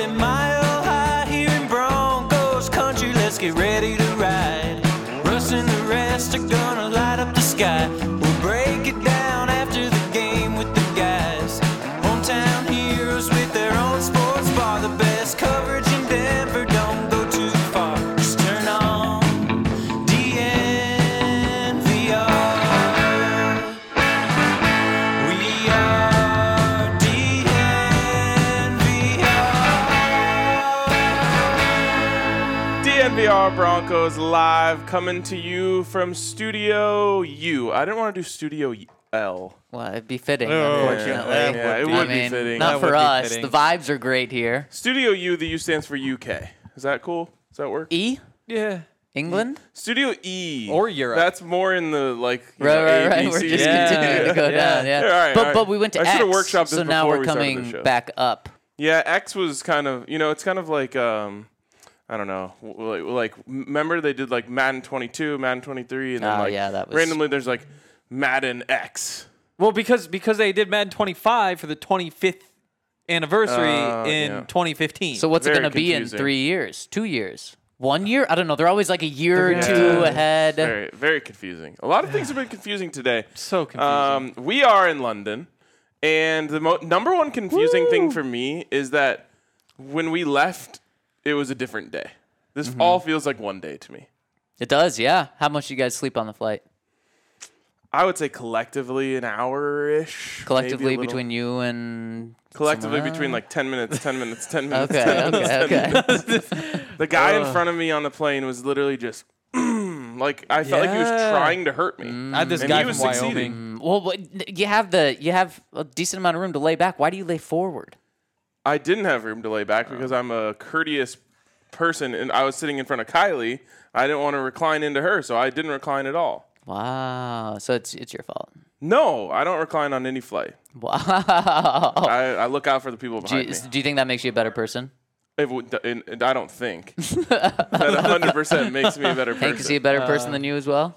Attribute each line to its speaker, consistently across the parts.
Speaker 1: at mile high here in Broncos country. Let's get ready to ride. Russ and the rest are gonna light up the sky. We'll break it down after the game with the guys. Hometown heroes with their own sports bar. The best coverage in Denver. Don't go too far. Just turn on DNVR. We are
Speaker 2: DNVR Broncos live coming to you from Studio U. I didn't want to do Studio L.
Speaker 3: Well, it'd be fitting.
Speaker 4: No,
Speaker 3: unfortunately.
Speaker 4: Oh, that
Speaker 2: Yeah,
Speaker 4: would
Speaker 2: it
Speaker 4: be-
Speaker 2: would
Speaker 3: I mean,
Speaker 2: be fitting.
Speaker 3: Not
Speaker 4: That
Speaker 3: for
Speaker 4: would be
Speaker 3: us.
Speaker 4: fitting.
Speaker 3: The vibes are great here.
Speaker 2: Studio U, the U stands for UK. Is that cool? Does that work?
Speaker 3: E,
Speaker 4: Yeah.
Speaker 3: England.
Speaker 2: Studio E
Speaker 4: Or Europe.
Speaker 2: That's more in the like you
Speaker 3: Right,
Speaker 2: know,
Speaker 3: right, right.
Speaker 2: ABC.
Speaker 3: We're just
Speaker 4: Yeah.
Speaker 3: continuing to go
Speaker 4: Yeah.
Speaker 3: down. Yeah.
Speaker 2: Yeah, all right,
Speaker 3: but
Speaker 2: all right.
Speaker 3: but we went to
Speaker 2: I
Speaker 3: X,
Speaker 2: should've workshopped
Speaker 3: so
Speaker 2: this
Speaker 3: now
Speaker 2: before
Speaker 3: we're
Speaker 2: we started the
Speaker 3: coming
Speaker 2: show.
Speaker 3: back up.
Speaker 2: Yeah, X was kind of you know it's kind of like um I don't know like, like remember they did like Madden 22, Madden 23, and then
Speaker 3: Oh,
Speaker 2: like
Speaker 3: yeah, that was-
Speaker 2: randomly there's like Madden X.
Speaker 4: Well, because because they did Madden 25 for the 25th anniversary
Speaker 2: Uh,
Speaker 4: in
Speaker 2: yeah.
Speaker 4: 2015.
Speaker 3: So what's it
Speaker 2: Very
Speaker 3: going to be in
Speaker 2: confusing.
Speaker 3: three years? Two years? One year? I don't know. They're always like a year or two
Speaker 2: Yeah.
Speaker 3: ahead.
Speaker 2: Very very confusing. A lot of things have been confusing today.
Speaker 4: So confusing.
Speaker 2: Um, we are in London, and the mo- number one confusing thing for me is that when we left, it was a different day. This
Speaker 3: Mm-hmm.
Speaker 2: all feels like one day to me.
Speaker 3: It does. Yeah. How much do you guys sleep on the flight?
Speaker 2: I would say collectively an hour ish.
Speaker 3: Collectively between you and
Speaker 2: collectively
Speaker 3: someone
Speaker 2: between
Speaker 3: else?
Speaker 2: like ten minutes, ten minutes, ten minutes.
Speaker 3: Okay.
Speaker 2: 10 minutes,
Speaker 3: okay.
Speaker 2: 10
Speaker 3: Okay.
Speaker 2: The guy in front of me on the plane was literally just like I felt like he was
Speaker 4: Yeah.
Speaker 2: trying to hurt me.
Speaker 3: Mm.
Speaker 4: I had this
Speaker 2: and
Speaker 4: guy
Speaker 2: he was
Speaker 4: from Wyoming.
Speaker 2: succeeding.
Speaker 3: well, what- you have the you have a decent amount of room to lay back. Why do you lay forward?
Speaker 2: I didn't have room to lay
Speaker 3: Oh.
Speaker 2: back because I'm a courteous person and I was sitting in front of Kylie. I didn't want to recline into her, so I didn't recline at all.
Speaker 3: Wow. So it's it's your fault.
Speaker 2: No, I don't recline on any flight.
Speaker 3: Wow.
Speaker 2: I, I look out for the people
Speaker 3: Do you,
Speaker 2: behind me.
Speaker 3: do you think that makes you a better person?
Speaker 2: It would- and- and I don't think that 100% makes me a better person.
Speaker 3: Hank, is he a better
Speaker 2: Uh,
Speaker 3: person than you as well?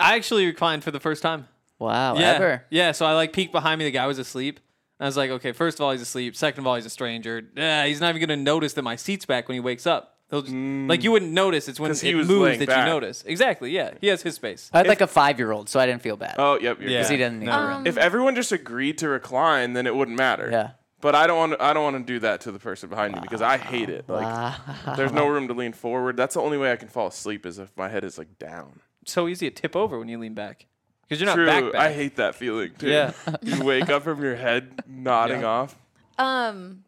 Speaker 4: I actually reclined for the first time.
Speaker 3: Wow.
Speaker 4: Yeah.
Speaker 3: Ever.
Speaker 4: Yeah. So I like peeked behind me. The guy was asleep. I was like, okay, first of all, he's asleep. Second of all, he's a stranger. Yeah, he's not even gonna notice that my seat's back when he wakes up. He'll just, like you wouldn't notice. It's when
Speaker 2: Mm. 'Cause
Speaker 4: it
Speaker 2: he was
Speaker 4: moves
Speaker 2: laying
Speaker 4: that
Speaker 2: back.
Speaker 4: you notice. Exactly. Yeah. He has his space.
Speaker 3: I had like a five year old, so I didn't feel bad.
Speaker 2: oh, yep. You're
Speaker 4: Yeah.
Speaker 2: yeah.
Speaker 3: Because he didn't need a room.
Speaker 2: If everyone just agreed to recline, then it wouldn't matter.
Speaker 3: Yeah.
Speaker 2: But I don't want to, I don't want to do that to the person behind me because I hate it. Like there's no room to lean forward. That's the only way I can fall asleep is if my head is like down.
Speaker 4: It's so easy to tip over when you lean back because you're not
Speaker 2: True.
Speaker 4: back. back.
Speaker 2: I hate that feeling too.
Speaker 4: Yeah.
Speaker 2: you wake up from your head nodding
Speaker 4: Yeah.
Speaker 2: off.
Speaker 5: Um,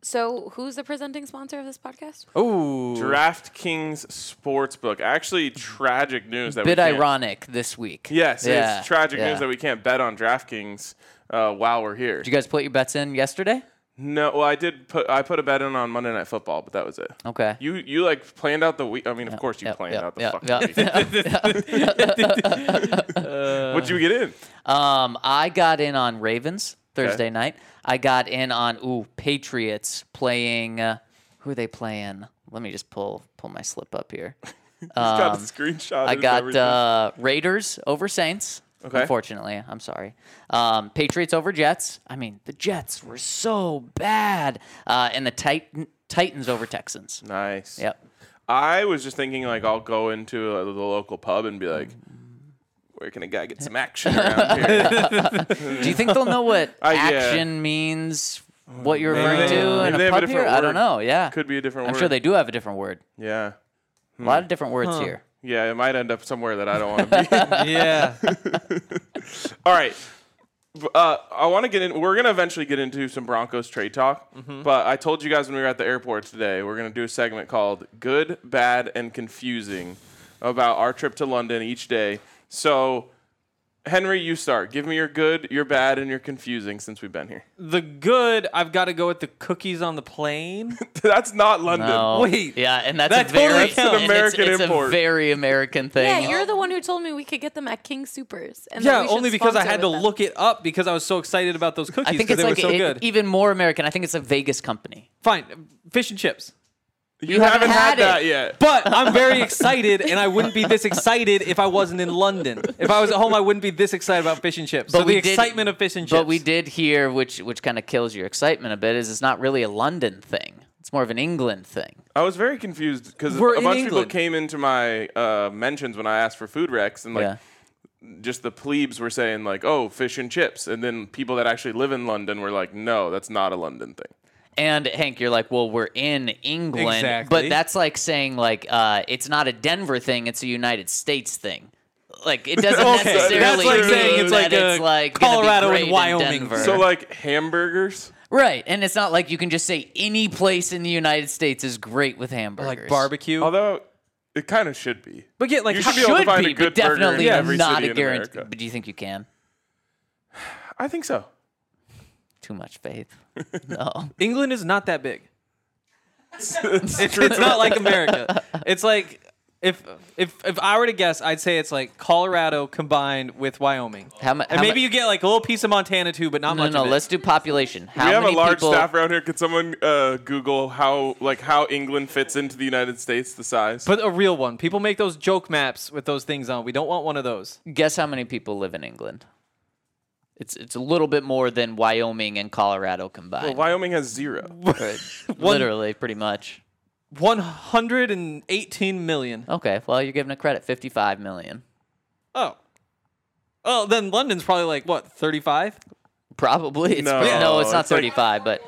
Speaker 5: so who's the presenting sponsor of this podcast?
Speaker 4: Oh, Ooh.
Speaker 2: DraftKings Sportsbook. Actually, tragic news that
Speaker 3: Bit
Speaker 2: we can't,
Speaker 3: ironic this week.
Speaker 2: Yes, it's tragic
Speaker 3: yeah.
Speaker 2: news that we can't bet on DraftKings uh, while we're here.
Speaker 3: Did you guys put your bets in yesterday?
Speaker 2: no, well, I did put I put a bet in on Monday Night Football, but that was it.
Speaker 3: Okay.
Speaker 2: You you like planned out the week. I mean, of course you
Speaker 3: Yep,
Speaker 2: planned
Speaker 3: yep,
Speaker 2: out the
Speaker 3: yep,
Speaker 2: fucking
Speaker 3: yep,
Speaker 2: week.
Speaker 3: yep.
Speaker 2: What'd you get in?
Speaker 3: Um, I got in on Ravens Thursday night. I got in on ooh Patriots playing. Uh, who are they playing? Let me just pull pull my slip up here.
Speaker 2: got the screenshot.
Speaker 3: Um, I
Speaker 2: and
Speaker 3: got
Speaker 2: everything.
Speaker 3: uh, Raiders over Saints.
Speaker 2: Okay.
Speaker 3: Unfortunately, I'm sorry. Um, Patriots over Jets. I mean, the Jets were so bad, uh, and the Titan, Titans over Texans.
Speaker 2: Nice.
Speaker 3: Yep.
Speaker 2: I was just thinking, like, I'll go into uh, the local pub and be like, where can a guy get some action around here?
Speaker 3: Do you think they'll know what
Speaker 2: Uh, yeah.
Speaker 3: action means? What you're
Speaker 2: Maybe they-
Speaker 3: referring to
Speaker 2: maybe
Speaker 3: in
Speaker 2: they have
Speaker 3: a
Speaker 2: a
Speaker 3: pub here?
Speaker 2: different
Speaker 3: I
Speaker 2: word.
Speaker 3: don't know. Yeah,
Speaker 2: Could be a different
Speaker 3: I'm
Speaker 2: word.
Speaker 3: sure they do have a different word.
Speaker 2: yeah.
Speaker 3: A lot of different words
Speaker 2: Hmm.
Speaker 3: here.
Speaker 2: Yeah, it might end up somewhere that I don't want to be.
Speaker 4: yeah.
Speaker 2: All right. B- Uh, I want to get in. We're going to eventually get into some Broncos trade talk.
Speaker 3: Mm-hmm.
Speaker 2: But I told you guys when we were at the airport today, we're going to do a segment called Good, Bad, and Confusing about our trip to London each day. So, Henry, you start. Give me your good, your bad, and your confusing since we've been here.
Speaker 4: the good, I've got to go with the cookies on the plane.
Speaker 2: That's not London.
Speaker 3: No.
Speaker 4: Wait.
Speaker 3: Yeah, and that's
Speaker 4: That
Speaker 3: a
Speaker 4: totally
Speaker 3: very
Speaker 4: counts. That's an
Speaker 3: and it's-
Speaker 2: American
Speaker 3: it's,
Speaker 2: import.
Speaker 3: a very American
Speaker 5: Yeah,
Speaker 3: thing.
Speaker 5: you're the one who told me we could get them at King Supers. And that
Speaker 4: Yeah,
Speaker 5: we should
Speaker 4: only because I
Speaker 5: sponsor
Speaker 4: had to
Speaker 5: with them.
Speaker 4: look it up because I was so excited about those cookies
Speaker 3: I think
Speaker 4: because
Speaker 3: it's
Speaker 4: they were
Speaker 3: like
Speaker 4: so
Speaker 3: e-
Speaker 4: good.
Speaker 3: even more American. I think it's a Vegas company.
Speaker 4: Fine, fish and chips.
Speaker 2: you,
Speaker 3: you
Speaker 2: haven't
Speaker 3: haven't
Speaker 2: had,
Speaker 3: had
Speaker 2: that
Speaker 3: it.
Speaker 2: yet.
Speaker 4: But I'm very excited, and I wouldn't be this excited if I wasn't in London. If I was at home, I wouldn't be this excited about fish and chips. so the
Speaker 3: did-
Speaker 4: excitement of fish and chips.
Speaker 3: But we did hear, which which kind of kills your excitement a bit, is it's not really a London thing. It's more of an England thing.
Speaker 2: I was very confused because a
Speaker 4: We're
Speaker 2: bunch
Speaker 4: in
Speaker 2: of people
Speaker 4: England.
Speaker 2: came into my uh, mentions when I asked for food recs and like
Speaker 3: yeah.
Speaker 2: just the plebes were saying like, "Oh, fish and chips," and then people that actually live in London were like, "No, that's not a London thing."
Speaker 3: And Hank, you're like, well, we're in England,
Speaker 4: Exactly.
Speaker 3: but that's like saying like uh, it's not a Denver thing; it's a United States thing. Like it doesn't
Speaker 4: Okay, that's
Speaker 3: necessarily
Speaker 2: like
Speaker 3: mean
Speaker 2: saying it's
Speaker 3: that
Speaker 4: like a
Speaker 3: it's like gonna be
Speaker 4: Colorado and
Speaker 3: great in
Speaker 4: Wyoming thing.
Speaker 3: Denver.
Speaker 2: So like hamburgers,
Speaker 3: right, and it's not like you can just say any place in the United States is great with hamburgers.
Speaker 4: like barbecue.
Speaker 2: although it kind of should be.
Speaker 4: but get like
Speaker 2: you
Speaker 4: how-
Speaker 2: should be able to find a good
Speaker 3: but
Speaker 2: burger in
Speaker 3: definitely
Speaker 2: every
Speaker 3: not
Speaker 2: city
Speaker 3: a
Speaker 2: in
Speaker 3: guarantee.
Speaker 2: America.
Speaker 3: But do you think you can?
Speaker 2: I think so.
Speaker 3: Too much faith. No.
Speaker 4: England is not that big. it's, it's not like America. It's like if if if I were to guess, I'd say it's like Colorado combined with Wyoming.
Speaker 3: How mu-
Speaker 4: and
Speaker 3: how mu-
Speaker 4: maybe you get like a little piece of Montana too, but not
Speaker 3: No,
Speaker 4: much.
Speaker 3: no.
Speaker 4: of it.
Speaker 3: Let's do population. How
Speaker 2: we have a
Speaker 3: many
Speaker 2: large
Speaker 3: people?
Speaker 2: staff around here. Could someone uh, Google how like how England fits into the United States, the size?
Speaker 4: But a real one. People make those joke maps with those things on. We don't want one of those.
Speaker 3: Guess how many people live in England? It's it's a little bit more than Wyoming and Colorado
Speaker 2: Well,
Speaker 3: combined.
Speaker 2: Wyoming has zero.
Speaker 3: Right. Literally, pretty much.
Speaker 4: One hundred and eighteen million.
Speaker 3: Okay, well, you're giving a credit, 55 million.
Speaker 4: Oh. Oh, then London's probably like what thirty-five.
Speaker 3: Probably. It's
Speaker 2: No,
Speaker 3: no, no it's not
Speaker 2: it's like-
Speaker 3: 35, but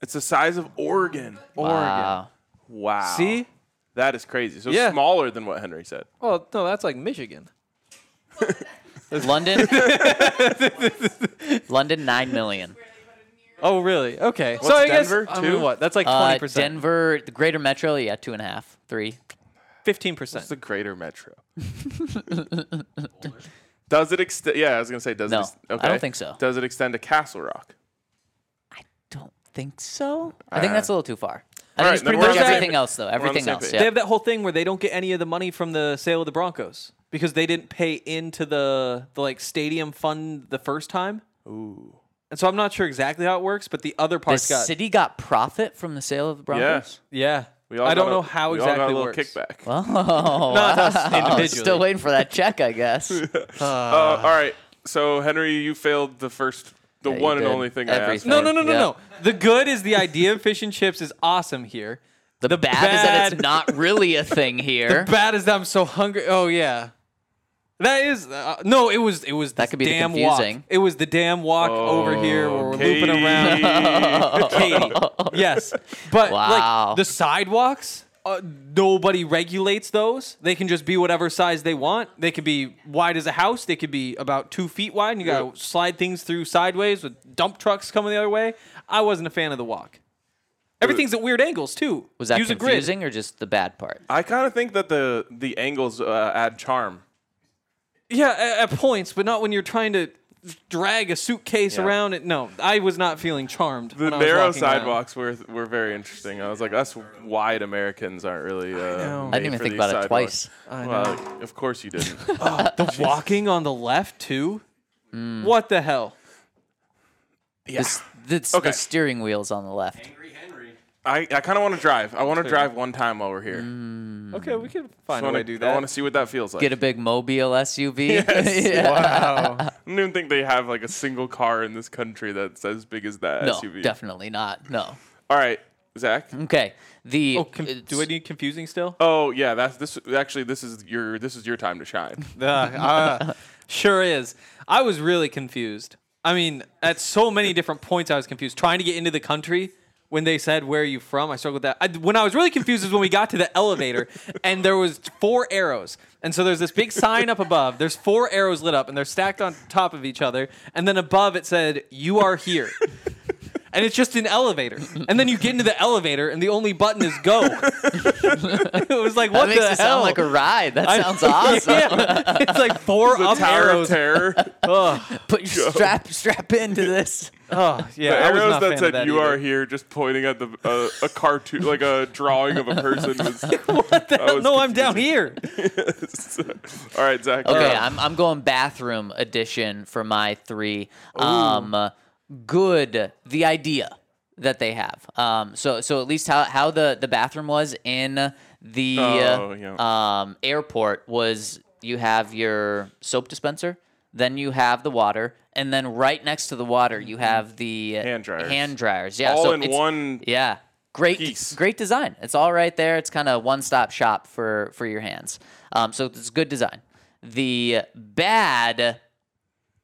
Speaker 2: It's the size of Oregon.
Speaker 3: wow.
Speaker 2: Wow.
Speaker 4: See?
Speaker 2: That is crazy. So
Speaker 4: Yeah.
Speaker 2: smaller than what Henry said.
Speaker 4: Oh no, that's like Michigan.
Speaker 3: London. London, 9 million.
Speaker 4: Oh really? Okay. so
Speaker 2: What's
Speaker 4: I guess
Speaker 2: Denver?
Speaker 4: I mean,
Speaker 2: Two?
Speaker 4: what? That's like
Speaker 3: Uh,
Speaker 4: twenty percent.
Speaker 3: Denver, the greater metro, yeah, two and a half, three.
Speaker 4: Fifteen
Speaker 2: It's
Speaker 4: percent.
Speaker 2: the greater metro. does it extend? Yeah, I was gonna say does.
Speaker 3: No,
Speaker 2: it ex-
Speaker 3: I
Speaker 2: okay.
Speaker 3: don't think so.
Speaker 2: Does it extend to Castle Rock?
Speaker 3: Don't think so. I think that's a little too far. I think
Speaker 2: Alright,
Speaker 3: it's
Speaker 2: Uh, then
Speaker 3: pretty
Speaker 2: we're
Speaker 3: much
Speaker 2: on the same-
Speaker 3: everything else, though.
Speaker 2: we're on the
Speaker 3: Everything
Speaker 2: same
Speaker 3: else.
Speaker 2: page.
Speaker 4: They
Speaker 3: Yeah.
Speaker 4: have that whole thing where they don't get any of the money from the sale of the Broncos because they didn't pay into the, the like stadium fund the first time. Ooh. And so I'm not sure exactly how it works, but the other
Speaker 3: The
Speaker 4: part's got
Speaker 3: city got profit from the sale of the Broncos.
Speaker 2: Yes.
Speaker 4: Yeah.
Speaker 2: We all
Speaker 4: I don't
Speaker 2: got a-
Speaker 4: know how
Speaker 2: we
Speaker 4: exactly
Speaker 2: all got a
Speaker 4: it
Speaker 2: little
Speaker 4: works.
Speaker 2: kickback.
Speaker 3: Oh,
Speaker 4: Not us
Speaker 3: wow.
Speaker 4: individually.
Speaker 3: still waiting for that check, I guess.
Speaker 2: Uh, all right. So Henry, you failed the first, the
Speaker 3: you
Speaker 2: one and
Speaker 3: did.
Speaker 2: only thing I asked.
Speaker 3: Everything.
Speaker 4: no, no, no, no,
Speaker 3: Yeah.
Speaker 4: no. The good is the idea of fish and chips is awesome here.
Speaker 3: The, bad, is that
Speaker 4: bad-
Speaker 3: it's not really a thing here.
Speaker 4: Bad is that I'm so hungry. Oh yeah. That is uh, no. It was it was
Speaker 3: That
Speaker 4: this
Speaker 3: could be the
Speaker 4: damn
Speaker 3: confusing.
Speaker 4: walk. It was the damn walk over here where we're looping around.
Speaker 2: around.
Speaker 4: Katie. yes. But
Speaker 3: Wow.
Speaker 4: like the sidewalks, uh, nobody regulates those. They can just be whatever size they want. They could be wide as a house. They could be about two feet wide. And you got to slide things through sideways with dump trucks coming the other way. I wasn't a fan of the walk. Everything's at weird angles too.
Speaker 3: Was that
Speaker 4: Use a grid.
Speaker 3: confusing or just the bad part?
Speaker 2: I kind of think that the the angles uh, add charm.
Speaker 4: Yeah, a- at, points, but not when you're trying to drag a suitcase
Speaker 2: Yeah.
Speaker 4: around it. No, I was not feeling charmed.
Speaker 2: The narrow sidewalks were were very interesting. I was like, us wide Americans aren't really. Uh,
Speaker 4: know.
Speaker 3: I didn't even think about it twice.
Speaker 2: I know. Well, of course you didn't.
Speaker 4: The walking on the left too.
Speaker 2: Hmm.
Speaker 4: What the hell?
Speaker 3: The s- The, s-
Speaker 2: Okay.
Speaker 3: the steering wheel's on the left.
Speaker 2: I, I kind of want to drive. I want to drive one time while we're here.
Speaker 4: Okay, we can find
Speaker 2: I
Speaker 4: a way
Speaker 2: Hmm.
Speaker 4: to
Speaker 2: wanna-
Speaker 4: Mm. do
Speaker 2: I
Speaker 4: that.
Speaker 2: want to see what that feels like.
Speaker 3: Get a big mobile SUV. Yeah.
Speaker 4: wow.
Speaker 2: I don't even think they have like a single car in this country that's as big as that
Speaker 3: No,
Speaker 2: SUV.
Speaker 3: definitely Mm-hmm. not. No.
Speaker 2: All right, Zach.
Speaker 3: Okay. The
Speaker 4: Oh, com- do I
Speaker 3: it's-
Speaker 4: need confusing still?
Speaker 2: Oh yeah, that's this. Actually, this is your this is your time to shine.
Speaker 4: Uh, uh, sure is. I was really confused. I mean, at so many different points, I was confused. Trying to get into the country when they said, Where are you from? I struggled with that. I, when I was really confused is when we got to the elevator and there was four arrows. And so there's this big sign up above. There's four arrows lit up and they're stacked on top of each other. And then above it said, You are here. And it's just an elevator. And then you get into the elevator and the only button is go. it was like,
Speaker 3: that
Speaker 4: What
Speaker 3: makes
Speaker 4: the
Speaker 3: it
Speaker 4: hell?
Speaker 3: sound like a ride. That
Speaker 4: I-
Speaker 3: sounds awesome.
Speaker 4: Yeah. It's like four
Speaker 2: The
Speaker 4: up
Speaker 2: Tower
Speaker 4: arrows.
Speaker 2: of Terror.
Speaker 3: Put your strap strap into this.
Speaker 4: Oh yeah,
Speaker 2: The
Speaker 4: I was
Speaker 2: arrows
Speaker 4: not a
Speaker 2: that
Speaker 4: fan
Speaker 2: said
Speaker 4: of that
Speaker 2: "You are
Speaker 4: either.
Speaker 2: here," just pointing at the uh, a cartoon, like a drawing of a person. Was,
Speaker 4: What the hell?
Speaker 2: was
Speaker 4: No, I'm down here.
Speaker 2: all right, Zach.
Speaker 3: Okay,
Speaker 2: you're up.
Speaker 3: I'm I'm going bathroom edition for my three. Um, good. The idea that they have. Um, so so at least how how the the bathroom was in the
Speaker 2: Oh,
Speaker 3: uh,
Speaker 2: yeah.
Speaker 3: um airport was you have your soap dispenser, then you have the water, and then right next to the water you have the
Speaker 2: Mm-hmm. Hand dryers.
Speaker 3: Hand dryers. Yeah.
Speaker 2: all
Speaker 3: so
Speaker 2: in
Speaker 3: it's-
Speaker 2: one.
Speaker 3: Yeah. Great,
Speaker 2: piece.
Speaker 3: great design. It's all right there. It's kind of one-stop shop for for your hands. Um, so it's good design. The bad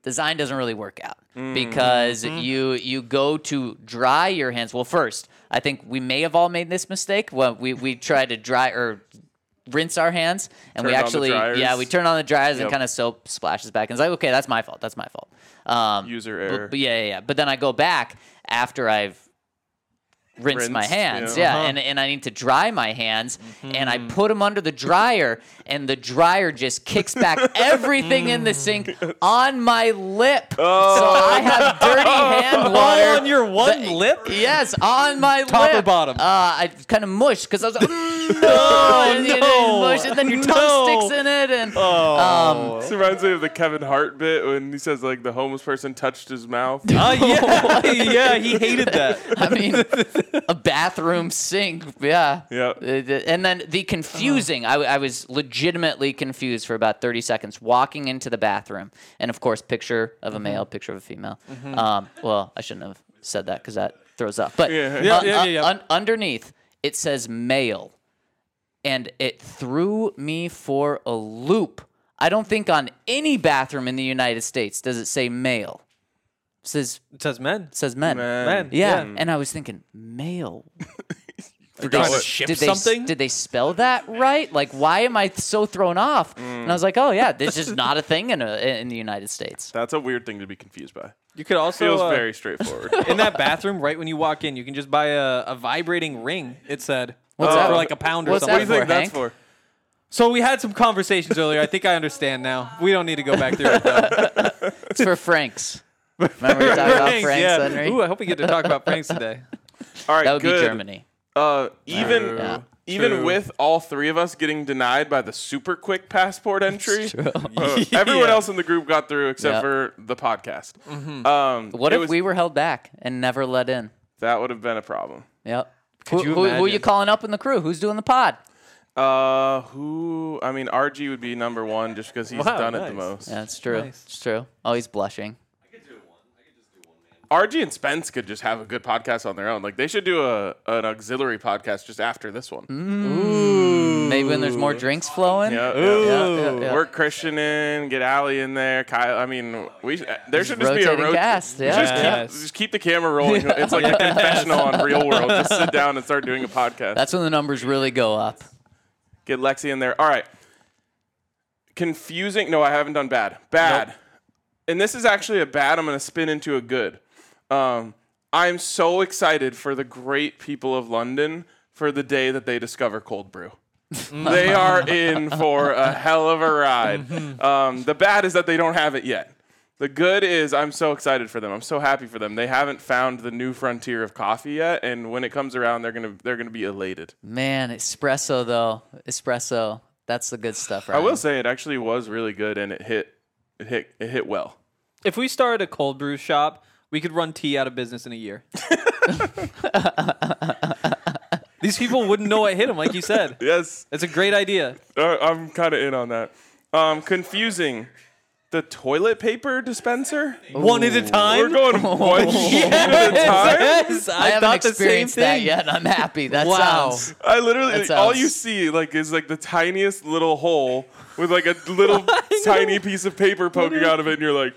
Speaker 3: design doesn't really work out
Speaker 2: Mm-hmm,
Speaker 3: because you you go to dry your hands. Well, first, I think we may have all made this mistake. Well, we we try to dry or rinse our hands and we
Speaker 2: Turned on the
Speaker 3: actually yeah
Speaker 2: dryers.
Speaker 3: we turn on the dryers
Speaker 2: Yep.
Speaker 3: and kind of soap splashes back and it's like okay that's my fault that's my fault um
Speaker 2: User
Speaker 3: bu-
Speaker 2: error.
Speaker 3: bu- yeah, yeah, yeah. But then I go back after I've rinsed my
Speaker 2: Rinsed,
Speaker 3: hands.
Speaker 2: yeah.
Speaker 3: Yeah,
Speaker 4: uh-huh.
Speaker 3: and, and I need to dry my hands, and I
Speaker 4: Mm-hmm.
Speaker 3: put them under the dryer, and the dryer just kicks back everything in the sink on my lip. so I have dirty hand water.
Speaker 4: Oh. All on your one
Speaker 3: But-
Speaker 4: lip.
Speaker 3: Yes, on my
Speaker 4: Top or
Speaker 3: lip.
Speaker 4: bottom?
Speaker 3: Uh, I kind of mushed because I was like, mm, no, and, you
Speaker 4: no.
Speaker 3: didn't mush, and then your
Speaker 4: No.
Speaker 3: tongue
Speaker 4: Uh,
Speaker 3: sticks in it, and
Speaker 2: This reminds me of the Kevin Hart bit when he says like the homeless person touched his mouth.
Speaker 4: Oh yeah, yeah. He hated that.
Speaker 3: I mean, a bathroom sink. Yeah.
Speaker 2: Yeah.
Speaker 3: Uh, th- And then the confusing, I, w- I was legitimately confused for about 30 seconds walking into the bathroom. And of course, picture of a
Speaker 4: Mm-hmm.
Speaker 3: male, picture of a female. Um, well, I shouldn't have said that because that throws up. But
Speaker 4: Yeah,
Speaker 3: un-
Speaker 4: yeah,
Speaker 3: un-
Speaker 4: yeah, yeah.
Speaker 3: un- underneath, it says male. And it threw me for a loop. I don't think on any bathroom in the United States does it say male. It says,
Speaker 4: It says men.
Speaker 3: it says men.
Speaker 4: Men.
Speaker 3: Yeah. And I was thinking, male. did they,
Speaker 2: Trying to
Speaker 3: s-
Speaker 4: ship
Speaker 3: did they s-
Speaker 4: something?
Speaker 3: Did they spell that right? Like, why am I th- so thrown off? And I was like, oh, yeah, this is not a thing in, a, in the United States.
Speaker 2: That's a weird thing to be confused by.
Speaker 4: You could also
Speaker 2: Feels
Speaker 4: uh,
Speaker 2: very straightforward.
Speaker 4: in that bathroom right when you walk in. You can just buy a, a vibrating ring. It said
Speaker 3: What's
Speaker 4: uh,
Speaker 3: that?
Speaker 4: for like a pound or
Speaker 3: What's
Speaker 4: something.
Speaker 3: that for, Hank?
Speaker 4: So we had some conversations earlier. I think I understand now. We don't need to go back through it. Though.
Speaker 3: It's for Franks. Remember we talked about
Speaker 4: Franks,
Speaker 3: Franks,
Speaker 4: yeah.
Speaker 3: Henry?
Speaker 4: Ooh, I hope we get to talk about Franks today.
Speaker 2: All right,
Speaker 3: that would
Speaker 2: good.
Speaker 3: be Germany.
Speaker 2: Uh, even
Speaker 3: Yeah.
Speaker 2: even
Speaker 4: True.
Speaker 2: with all three of us getting denied by the super quick passport entry, uh, everyone
Speaker 4: Yeah.
Speaker 2: else in the group got through except
Speaker 3: Yeah.
Speaker 2: for the podcast.
Speaker 4: Mm-hmm.
Speaker 2: Um,
Speaker 3: What
Speaker 2: it
Speaker 3: if
Speaker 2: was-
Speaker 3: we were held back and never let in?
Speaker 2: That would have been a problem.
Speaker 3: Yep. Who,
Speaker 4: you
Speaker 3: who, who are you
Speaker 4: imagine?
Speaker 3: calling up in the crew? Who's doing the pod?
Speaker 2: Uh, who? I mean, RG would be number one just because he's
Speaker 4: Wow,
Speaker 2: done it the
Speaker 4: nice.
Speaker 2: most.
Speaker 3: Yeah, it's true. It's true. Oh, he's blushing.
Speaker 2: RG and Spence could just have a good podcast on their own. Like they should do a an auxiliary podcast just after this one.
Speaker 3: Maybe when there's more drinks flowing.
Speaker 2: Yeah, yeah.
Speaker 3: Mm-hmm. yeah, yeah.
Speaker 2: Work Christian in, get Allie in there. Kyle, I mean, we sh- there should just be a
Speaker 3: rotating
Speaker 2: road.
Speaker 3: cast, yeah.
Speaker 2: Just,
Speaker 4: Yes.
Speaker 2: keep, just keep the camera rolling. It's like a confessional on Real World. Just sit down and start doing a podcast.
Speaker 3: That's when the numbers really go up.
Speaker 2: get Lexi in there. All right. Confusing. No, I haven't done bad. Bad. And this is actually a bad. I'm going to spin into a good. Um, I'm so excited for the great people of London for the day that they discover cold brew. they are in for a hell of a ride. Um, the bad is that they don't have it yet. The good is I'm so excited for them. I'm so happy for them. They haven't found the new frontier of coffee yet, and when it comes around, they're gonna they're gonna be elated.
Speaker 3: Man, espresso though, espresso. That's the good stuff, right?
Speaker 2: I will say it actually was really good and it hit it hit it hit well.
Speaker 4: If we started a cold brew shop, we could run tea out of business in a year. These people wouldn't know what hit them, like you said.
Speaker 2: Yes,
Speaker 4: It's a great idea.
Speaker 2: Uh, I'm kind of in on that. Um, confusing the toilet paper dispenser.
Speaker 3: Oh.
Speaker 4: One at a
Speaker 2: We're
Speaker 4: time.
Speaker 2: going one sheet at a time.
Speaker 4: Yes,
Speaker 3: I,
Speaker 4: I,
Speaker 3: haven't
Speaker 4: thought the same
Speaker 3: experienced that
Speaker 4: thing.
Speaker 3: yet. and I'm happy. That
Speaker 4: Wow.
Speaker 3: sounds
Speaker 2: I literally
Speaker 3: That
Speaker 2: all
Speaker 3: sounds-
Speaker 2: you see like is like the tiniest little hole with like a little tiny piece of paper poking out of it, and you're like,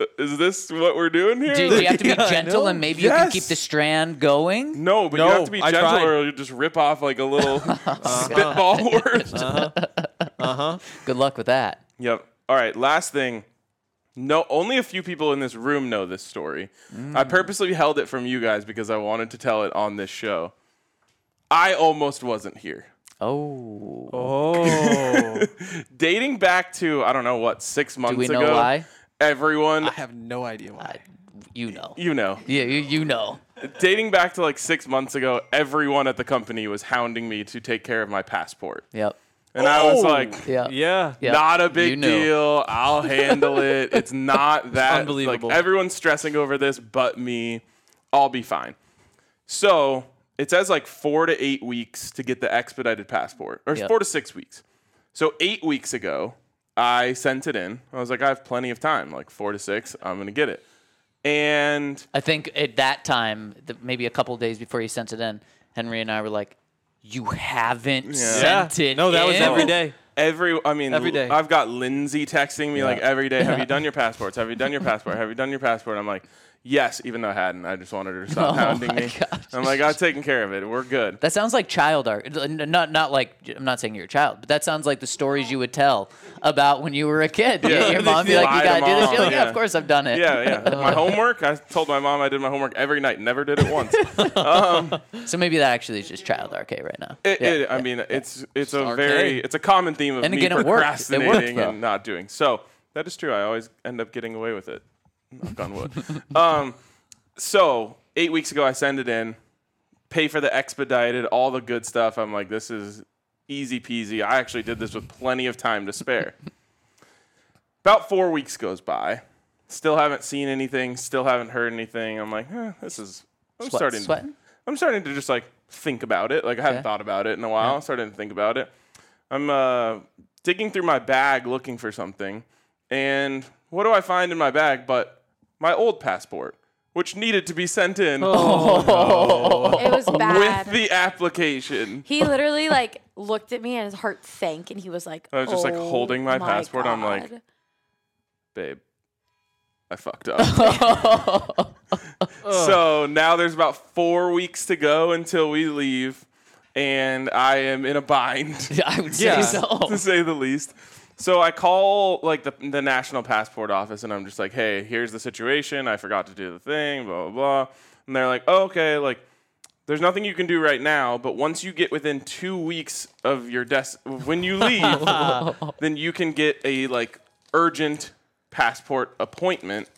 Speaker 2: "Uh, "Is this what we're doing here?"
Speaker 3: Do, do you have to be gentle and maybe you can keep
Speaker 2: Yes.
Speaker 3: the strand going?
Speaker 2: no, but you
Speaker 4: No,
Speaker 2: have to be
Speaker 4: I
Speaker 2: gentle,
Speaker 4: tried.
Speaker 2: or you just rip off like a little
Speaker 3: Oh
Speaker 2: spitball word.
Speaker 3: Good luck with that.
Speaker 2: Yep. All right. Last thing. No, only a few people in this room know this story. I
Speaker 3: Mm.
Speaker 2: purposely held it from you guys because I wanted to tell it on this show. I almost wasn't here.
Speaker 3: Oh,
Speaker 2: Dating back to I don't know what six months
Speaker 3: do we know
Speaker 2: ago.
Speaker 3: why?
Speaker 2: Everyone,
Speaker 4: I have no idea why.
Speaker 3: You know.
Speaker 2: you know,
Speaker 3: Yeah, you, you know.
Speaker 2: dating back to like six months ago, everyone at the company was hounding me to take care of my passport,
Speaker 3: Yep.
Speaker 2: and I
Speaker 3: Oh!
Speaker 2: was like,
Speaker 3: Yeah.
Speaker 4: Yeah.
Speaker 3: Yeah.
Speaker 2: not a
Speaker 3: You
Speaker 2: big
Speaker 3: knew.
Speaker 2: deal. I'll handle it. It's not that
Speaker 4: unbelievable.
Speaker 2: Like, everyone's stressing over this, but me. I'll be fine. So it says like four to eight weeks to get the expedited passport, or
Speaker 3: Yep.
Speaker 2: four to six weeks. So eight weeks ago, I sent it in. I was like, I have plenty of time, like four to six. I'm gonna get it. And
Speaker 3: I think at that time, th- maybe a couple of days before you sent it in, Henry and I were like, "You haven't sent it."
Speaker 4: No, that was
Speaker 3: in?
Speaker 4: every day.
Speaker 2: Every, I mean,
Speaker 4: Every day.
Speaker 2: I've got Lindsay texting me like every day. Have you done your passports? Have you done your passport? Have you done your passport? I'm like, yes, even though I hadn't. I just wanted her to
Speaker 4: Oh
Speaker 2: stop hounding me. I'm like, I've taken care of it. We're good.
Speaker 3: That sounds like child art. N- Not not like I'm not saying you're a child, but that sounds like the stories you would tell about when you were a kid.
Speaker 2: Yeah.
Speaker 3: Your mom be like,
Speaker 2: Lie
Speaker 3: "You
Speaker 2: to
Speaker 3: gotta do this." You're
Speaker 2: mom,
Speaker 3: like, "Yeah,
Speaker 2: yeah.
Speaker 3: of course I've done it."
Speaker 2: yeah, yeah.
Speaker 4: Oh.
Speaker 2: My homework. I told my mom I did my homework every night. Never did it once.
Speaker 3: So maybe that actually is just child arcade right now.
Speaker 2: It,
Speaker 3: Yeah.
Speaker 2: it, I mean, it's it's a
Speaker 4: arcade.
Speaker 2: very it's a common theme of
Speaker 3: And
Speaker 2: me
Speaker 3: again, it worked. It worked,
Speaker 2: procrastinating
Speaker 3: though.
Speaker 2: and not doing. So that is true. I always end up getting away with it. Knock on wood. um, so eight weeks ago, I send it in, pay for the expedited, all the good stuff. I'm like, this is easy peasy. I actually did this with plenty of time to spare. About four weeks goes by. Still haven't seen anything. Still haven't heard anything. I'm like, eh, this is. I'm
Speaker 3: Sweat-
Speaker 2: starting.
Speaker 3: sweating?
Speaker 2: I'm starting to just like think about it. Like I hadn't thought about it in a while. I'm starting to think about it. I'm uh, digging through my bag looking for something, and what do I find in my bag? But my old passport, which needed to be sent in
Speaker 5: It was bad.
Speaker 2: with the application.
Speaker 5: he literally like looked at me and his heart sank, and he was like,
Speaker 2: I was just, like,
Speaker 5: "Oh
Speaker 2: holding my passport, I'm like-
Speaker 5: God."
Speaker 2: babe, I fucked up. so now there's about four weeks to go until we leave, and I am in a bind,
Speaker 3: I would say so.
Speaker 2: to say the least. So I call like the, the national passport office, and I'm just like, hey, here's the situation. I forgot to do the thing, blah blah blah. And they're like, oh, okay, like. There's nothing you can do right now, but once you get within two weeks of your desk, when you leave, then you can get a like urgent passport appointment.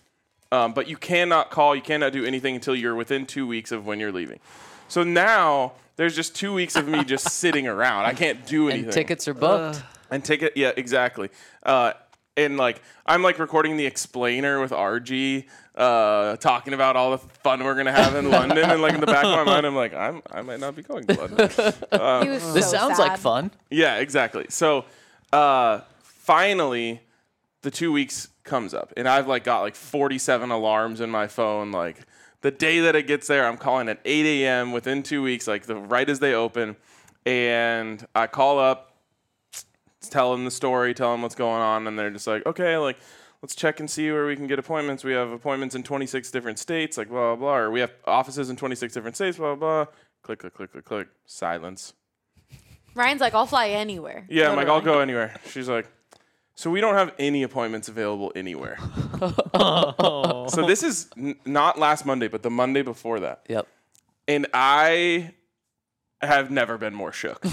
Speaker 2: Um, but you cannot call, you cannot do anything until you're within two weeks of when you're leaving. So now there's just two weeks of me just sitting around. I can't do anything.
Speaker 3: And tickets are booked.
Speaker 2: And ticket, yeah, exactly. Uh, and like I'm like recording the explainer with RG, uh, talking about all the fun we're gonna have in London. And like in the back of my mind, I'm like, I'm I might not be going to London. uh,
Speaker 5: He was
Speaker 3: this
Speaker 5: so
Speaker 3: sounds like
Speaker 5: sad.
Speaker 3: fun.
Speaker 2: Yeah, exactly. So uh, finally, the two weeks comes up, and I've like got like 47 alarms in my phone. Like the day that it gets there, I'm calling at 8 a.m. within two weeks, like the right as they open, and I call up, tell them the story, tell them what's going on, and they're just like, okay, like. Let's check and see where we can get appointments. We have appointments in 26 different states, like blah, blah, blah. Or we have offices in 26 different states, blah, blah, blah. Click, click, click, click, click. Silence.
Speaker 5: Ryan's like, I'll fly anywhere.
Speaker 2: Yeah, I'm like, I'll
Speaker 5: Literally.
Speaker 2: go anywhere. She's like, so we don't have any appointments available anywhere. so this is n- not last Monday, but the Monday before that.
Speaker 3: Yep.
Speaker 2: And I have never been more shook.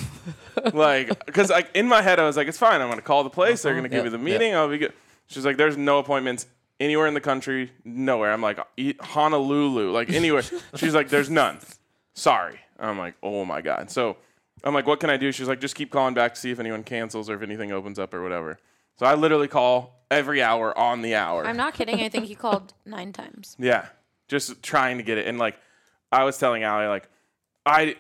Speaker 2: like, because like in my head, I was like, it's fine. I'm going to call the place. They're going to give me
Speaker 3: Yep,
Speaker 2: the
Speaker 3: yep.
Speaker 2: meeting. I'll be good. She's like, there's no appointments anywhere in the country, nowhere. I'm like, "E- Honolulu, like anywhere. She's like, there's none. Sorry. I'm like, oh my God. So I'm like, what can I do? She's like, just keep calling back to see if anyone cancels or if anything opens up or whatever. So I literally call every hour on the hour.
Speaker 5: I'm not kidding. I think he called nine times.
Speaker 2: Yeah, just trying to get it. And like, I was telling Allie, like, I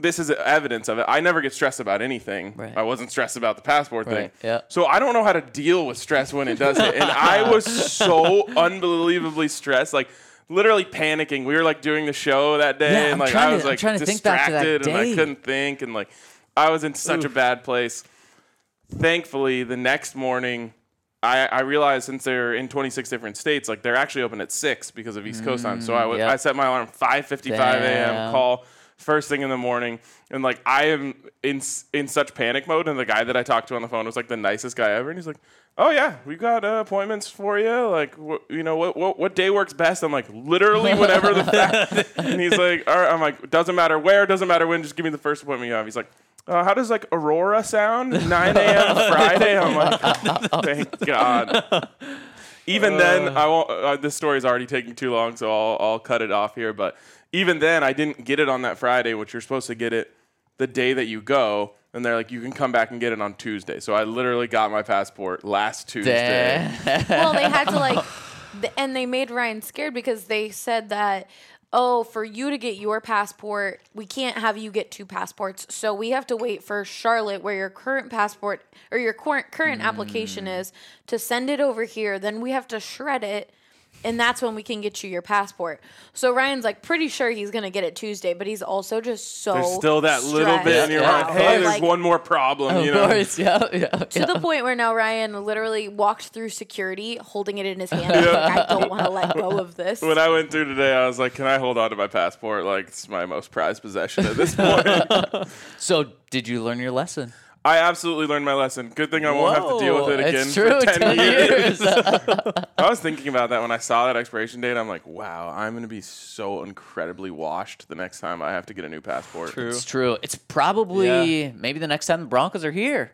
Speaker 2: this is evidence of it. I never get stressed about anything.
Speaker 3: Right.
Speaker 2: I wasn't stressed about the passport
Speaker 3: Right,
Speaker 2: thing.
Speaker 3: yeah.
Speaker 2: So I don't know how to deal with stress when it does it. And I was so unbelievably stressed, like literally panicking. We were like doing the show that day,
Speaker 3: Yeah,
Speaker 2: and
Speaker 3: I'm
Speaker 2: like
Speaker 3: trying
Speaker 2: I
Speaker 3: to-
Speaker 2: was
Speaker 3: I'm
Speaker 2: like
Speaker 3: trying to think back to that
Speaker 2: distracted, and I
Speaker 3: day.
Speaker 2: couldn't think, and like I was in such a bad place. Thankfully, the next morning. I, I realized since they're in 26 different states, like they're actually open at six because of East Coast time. So I w-
Speaker 3: Mm, yep.
Speaker 2: I set my alarm 5:55 a.m.
Speaker 3: Damn.
Speaker 2: call first thing in the morning, and like I am in s- in such panic mode. And the guy that I talked to on the phone was like the nicest guy ever, and he's like, "Oh yeah, we got uh, appointments for you. Like wh- you know what, what what day works best?" I'm like, literally whatever the fact. and he's like, "All right." I'm like, "Doesn't matter where, doesn't matter when. Just give me the first appointment you have." He's like. Uh, how does like Aurora sound? 9 a.m. Friday. I'm like, thank God. Even then, I won't. Uh, this story's already taking too long, so I'll I'll cut it off here. But even then, I didn't get it on that Friday, which you're supposed to get it the day that you go, and they're like, you can come back and get it on Tuesday. So I literally got my passport last Tuesday.
Speaker 5: well, they had to like, th- and they made Ryan scared because they said that, oh, for you to get your passport, we can't have you get two passports. So we have to wait for Charlotte, where your current passport or your current current application
Speaker 2: Mm.
Speaker 5: is, to send it over here. Then we have to shred it. And that's when we can get you your passport. So Ryan's like pretty sure he's gonna get it Tuesday, but he's also just so
Speaker 2: There's still that little bit in
Speaker 5: stressed
Speaker 2: your
Speaker 5: out.
Speaker 2: mind. Hey, there's
Speaker 5: Like,
Speaker 2: one more problem.
Speaker 3: Of
Speaker 2: you know,
Speaker 3: course, yeah, yeah,
Speaker 5: to the point where now Ryan literally walked through security holding it in his hand. Like, I don't want to let go of this.
Speaker 2: when I went through today, I was like, can I hold on to my passport? Like it's my most prized possession at this point.
Speaker 3: So, did you learn your lesson?
Speaker 2: I absolutely learned my lesson. Good thing I won't have to deal with it
Speaker 3: Whoa,
Speaker 2: again
Speaker 3: It's true.
Speaker 2: for 10, years.
Speaker 3: years.
Speaker 2: I was thinking about that when I saw that expiration date. I'm like, wow, I'm going to be so incredibly washed the next time I have to get a new passport. True.
Speaker 3: it's true. It's probably maybe the next time the Broncos are here.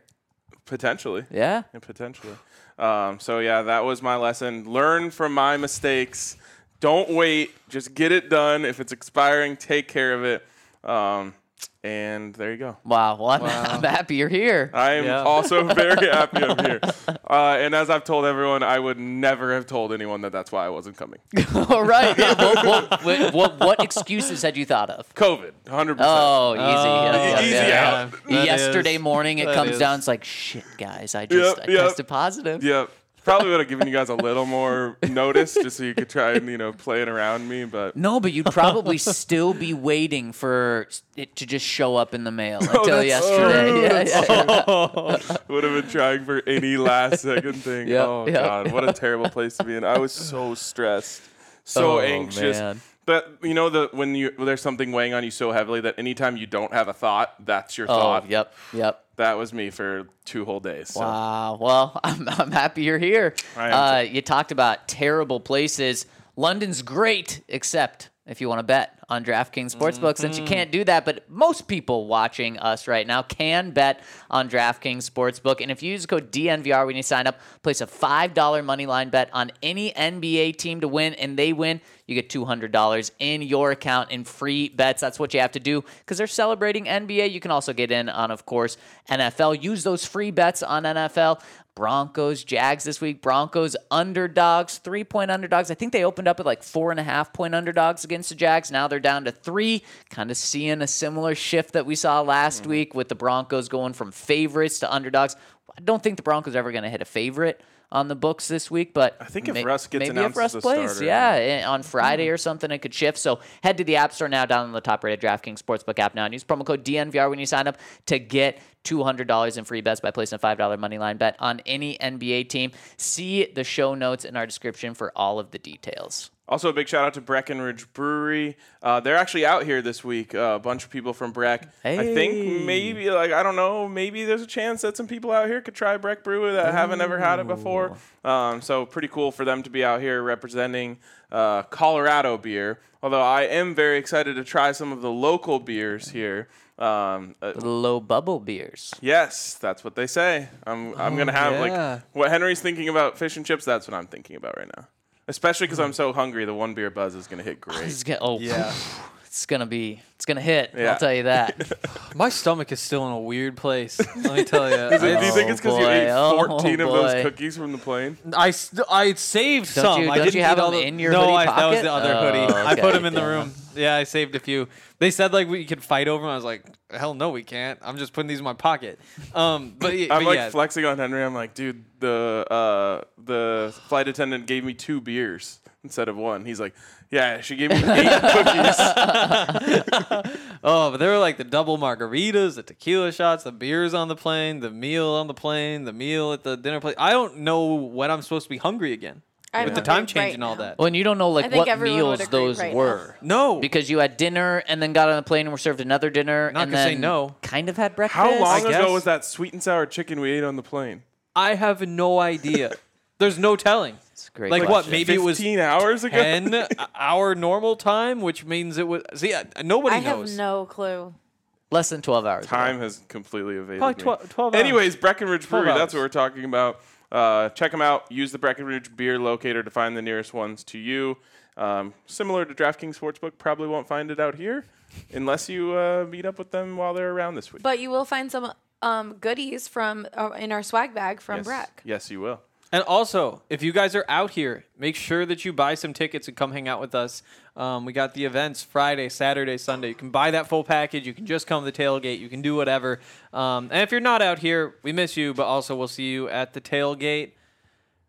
Speaker 2: Potentially.
Speaker 3: Yeah.
Speaker 2: Yeah, potentially. Um, so, yeah, that was my lesson. Learn from my mistakes. Don't wait. Just get it done. If it's expiring, take care of it. Um, and there you go.
Speaker 3: Wow. Well, I'm, I'm happy you're here.
Speaker 2: I am
Speaker 4: Yeah.
Speaker 2: also very happy I'm here. Uh, and as I've told everyone, I would never have told anyone that that's why I wasn't coming.
Speaker 3: All right. Yeah, what, what, what, what, what excuses had you thought of?
Speaker 2: COVID, 100%.
Speaker 3: Oh, easy. yeah, yeah,
Speaker 2: Uh, easy
Speaker 3: yeah.
Speaker 2: out.
Speaker 4: That
Speaker 3: Yesterday
Speaker 4: is-
Speaker 3: morning, it
Speaker 4: that
Speaker 3: comes
Speaker 4: is-
Speaker 3: down. It's like, shit, guys, I just
Speaker 2: Yep,
Speaker 3: I
Speaker 2: yep.
Speaker 3: tested positive.
Speaker 2: Yeah, probably would have given you guys a little more notice just so you could try and you know play it around me. But
Speaker 3: No, but you'd probably still be waiting for it to just show up in the mail until
Speaker 2: that's-
Speaker 3: yesterday.
Speaker 2: oh,
Speaker 3: Yeah, yeah, yeah.
Speaker 2: would have been trying for any last second thing.
Speaker 3: Yeah,
Speaker 2: oh
Speaker 3: yeah,
Speaker 2: God, what a terrible place to be in. I was so stressed, so
Speaker 3: Oh,
Speaker 2: anxious.
Speaker 3: man.
Speaker 2: But you know the when you when there's something weighing on you so heavily that anytime you don't have a thought, that's your
Speaker 3: Oh,
Speaker 2: thought.
Speaker 3: yep, yep.
Speaker 2: That was me for two whole days. So.
Speaker 3: Wow. Well, I'm, I'm happy you're here.
Speaker 2: I
Speaker 3: uh,
Speaker 2: am
Speaker 3: you talked about terrible places. London's great, except if you want to bet on DraftKings Sportsbook, since
Speaker 2: Mm-hmm.
Speaker 3: you can't do that. But most people watching us right now can bet on DraftKings Sportsbook. And if you use code DNVR when you sign up, place a $5 money line bet on any NBA team to win, and they win. You get $200 in your account in free bets. That's what you have to do because they're celebrating NBA. You can also get in on, of course, NFL. Use those free bets on NFL. Broncos, Jags this week. Broncos underdogs, three point underdogs. I think they opened up at like four and a half point underdogs against the Jags. Now they're down to three. Kind of seeing a similar shift that we saw last
Speaker 2: Mm-hmm.
Speaker 3: week with the Broncos going from favorites to underdogs. I don't think the Broncos are ever going to hit a favorite on the books this week, but I
Speaker 2: think if Russ gets
Speaker 3: maybe if
Speaker 2: announced
Speaker 3: Russ
Speaker 2: as a
Speaker 3: plays,
Speaker 2: starter,
Speaker 3: yeah, yeah, eh, on Friday or something, it could shift. So head to the App Store now, download the top rated DraftKings Sportsbook app now, and use promo code DNVR when you sign up to get $200 in free bets by placing a $5 moneyline bet on any NBA team. See the show notes in our description for all of the details.
Speaker 2: Also, a big shout out to Breckenridge Brewery. Uh, they're actually out here this week. Uh, a bunch of people from Breck. I
Speaker 3: Hey.
Speaker 2: think maybe, like, I don't know, maybe there's a chance that some people out here could try Breck Brew that haven't ever had it before. Um, so, pretty cool for them to be out here representing uh, Colorado beer. Although, I am very excited to try some of the local beers here. Um, uh,
Speaker 3: Low bubble beers.
Speaker 2: yes, that's what they say. I'm, I'm going to have,
Speaker 4: Oh, yeah.
Speaker 2: like, what Henry's thinking about fish and chips, that's what I'm thinking about right now. Especially because I'm so hungry, the one beer buzz is going to hit great.
Speaker 3: This is gonna- oh,
Speaker 4: Yeah.
Speaker 3: it's it's gonna be it's gonna hit.
Speaker 2: Yeah.
Speaker 3: I'll tell you that.
Speaker 4: My stomach is still in a weird place. Let me tell you.
Speaker 2: Do you
Speaker 4: It's-
Speaker 2: think it's because you
Speaker 3: boy.
Speaker 2: ate
Speaker 3: Oh,
Speaker 2: 14 of those
Speaker 3: boy.
Speaker 2: cookies from the plane?
Speaker 4: I, st- I saved
Speaker 3: Don't
Speaker 4: some.
Speaker 3: you-
Speaker 4: I
Speaker 3: don't you
Speaker 4: didn't
Speaker 3: have
Speaker 4: eat all
Speaker 3: them
Speaker 4: the-
Speaker 3: in your
Speaker 4: no,
Speaker 3: hoodie
Speaker 4: I, that was
Speaker 3: pocket?
Speaker 4: the other
Speaker 3: Oh,
Speaker 4: hoodie. I put
Speaker 3: okay,
Speaker 4: them in the
Speaker 3: damn.
Speaker 4: room. Yeah, I saved a few. They said like we could fight over them. I was like, hell no, we can't. I'm just putting these in my pocket. Um, but, y-
Speaker 2: I'm
Speaker 4: but
Speaker 2: like
Speaker 4: yeah.
Speaker 2: flexing on Henry. I'm like, dude, the uh, the flight attendant gave me two beers instead of one. He's like, yeah, she gave me eight cookies.
Speaker 4: Oh, but there were like the double margaritas, the tequila shots, the beers on the plane, the meal on the plane, the meal at the dinner place. I don't know when I'm supposed to be hungry again
Speaker 5: I'm
Speaker 4: with the
Speaker 5: hungry
Speaker 4: time change
Speaker 5: right
Speaker 4: and all
Speaker 5: now.
Speaker 4: that.
Speaker 3: well, and you don't know
Speaker 5: I
Speaker 3: like
Speaker 5: think
Speaker 3: what
Speaker 5: everyone would
Speaker 3: meals
Speaker 5: agree
Speaker 3: those
Speaker 5: right now.
Speaker 3: were.
Speaker 4: No,
Speaker 3: Because you had dinner and then got on the plane and were served another dinner
Speaker 4: Not
Speaker 3: and
Speaker 4: gonna
Speaker 3: then
Speaker 4: say no.
Speaker 3: kind of had breakfast.
Speaker 2: How long
Speaker 4: I guess.
Speaker 2: ago was that sweet and sour chicken we ate on the plane?
Speaker 4: I have no idea. There's no telling.
Speaker 3: It's a great
Speaker 4: Like what?
Speaker 3: question.
Speaker 4: Maybe it was
Speaker 2: 15 hours ago.
Speaker 4: ten hour normal time, which means it was. See, I- nobody
Speaker 5: I have
Speaker 4: knows.
Speaker 5: no clue.
Speaker 3: Less than twelve hours. ago.
Speaker 2: Time has completely evaded
Speaker 4: Probably
Speaker 2: me.
Speaker 4: twe- 12 hours.
Speaker 2: Anyways, Breckenridge
Speaker 4: 12
Speaker 2: Brewery. That's what
Speaker 4: hours.
Speaker 2: we're talking about. Uh, check them out. Use the Breckenridge beer locator to find the nearest ones to you. Um, similar to DraftKings Sportsbook, probably won't find it out here unless you uh, meet up with them while they're around this week.
Speaker 5: But you will find some um, goodies from uh, in our swag bag from
Speaker 2: yes.
Speaker 5: Breck.
Speaker 2: Yes, you will.
Speaker 4: And also, if you guys are out here, make sure that you buy some tickets and come hang out with us. Um, we got the events Friday, Saturday, Sunday. You can buy that full package. You can just come to the tailgate. You can do whatever. Um, and if you're not out here, we miss you, but also we'll see you at the tailgate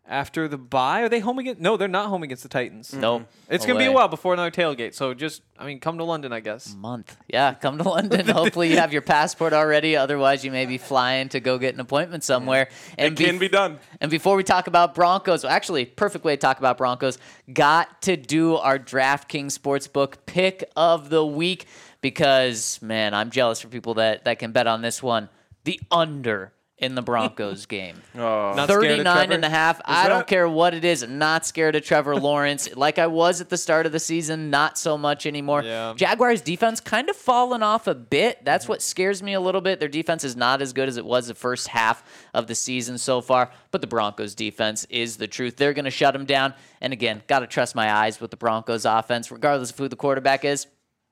Speaker 4: after the bye. Are they home against? No, they're not home against the Titans.
Speaker 2: Mm-hmm.
Speaker 3: Nope.
Speaker 4: Mm-hmm. It's
Speaker 2: Oh,
Speaker 3: No
Speaker 4: going to be a
Speaker 3: way.
Speaker 4: while before another tailgate. So just, I mean, come to London, I guess.
Speaker 3: month. Yeah, come to London. Hopefully, you have your passport already. Otherwise, you may be flying to go get an appointment somewhere. And
Speaker 2: It can
Speaker 3: bef-
Speaker 2: be done.
Speaker 3: And before we talk about Broncos, well, actually, perfect way to talk about Broncos. Got to do our DraftKings sportsbook pick of the week because man, I'm jealous for people that that can bet on this one. The under in the Broncos game.
Speaker 2: Oh,
Speaker 4: Not scared of
Speaker 3: 39
Speaker 4: Trevor?
Speaker 3: and a half. I don't
Speaker 2: that-
Speaker 3: care what it is. Not scared of Trevor Lawrence. like I was at the start of the season, not so much anymore.
Speaker 4: Yeah. Mm-hmm.
Speaker 3: Jaguars defense kind of fallen off a bit. That's what scares me a little bit. Their defense is not as good as it was the first half of the season so far, but the Broncos defense is the truth. They're going to shut them down. And again, got to trust my eyes with the Broncos offense regardless of who the quarterback is.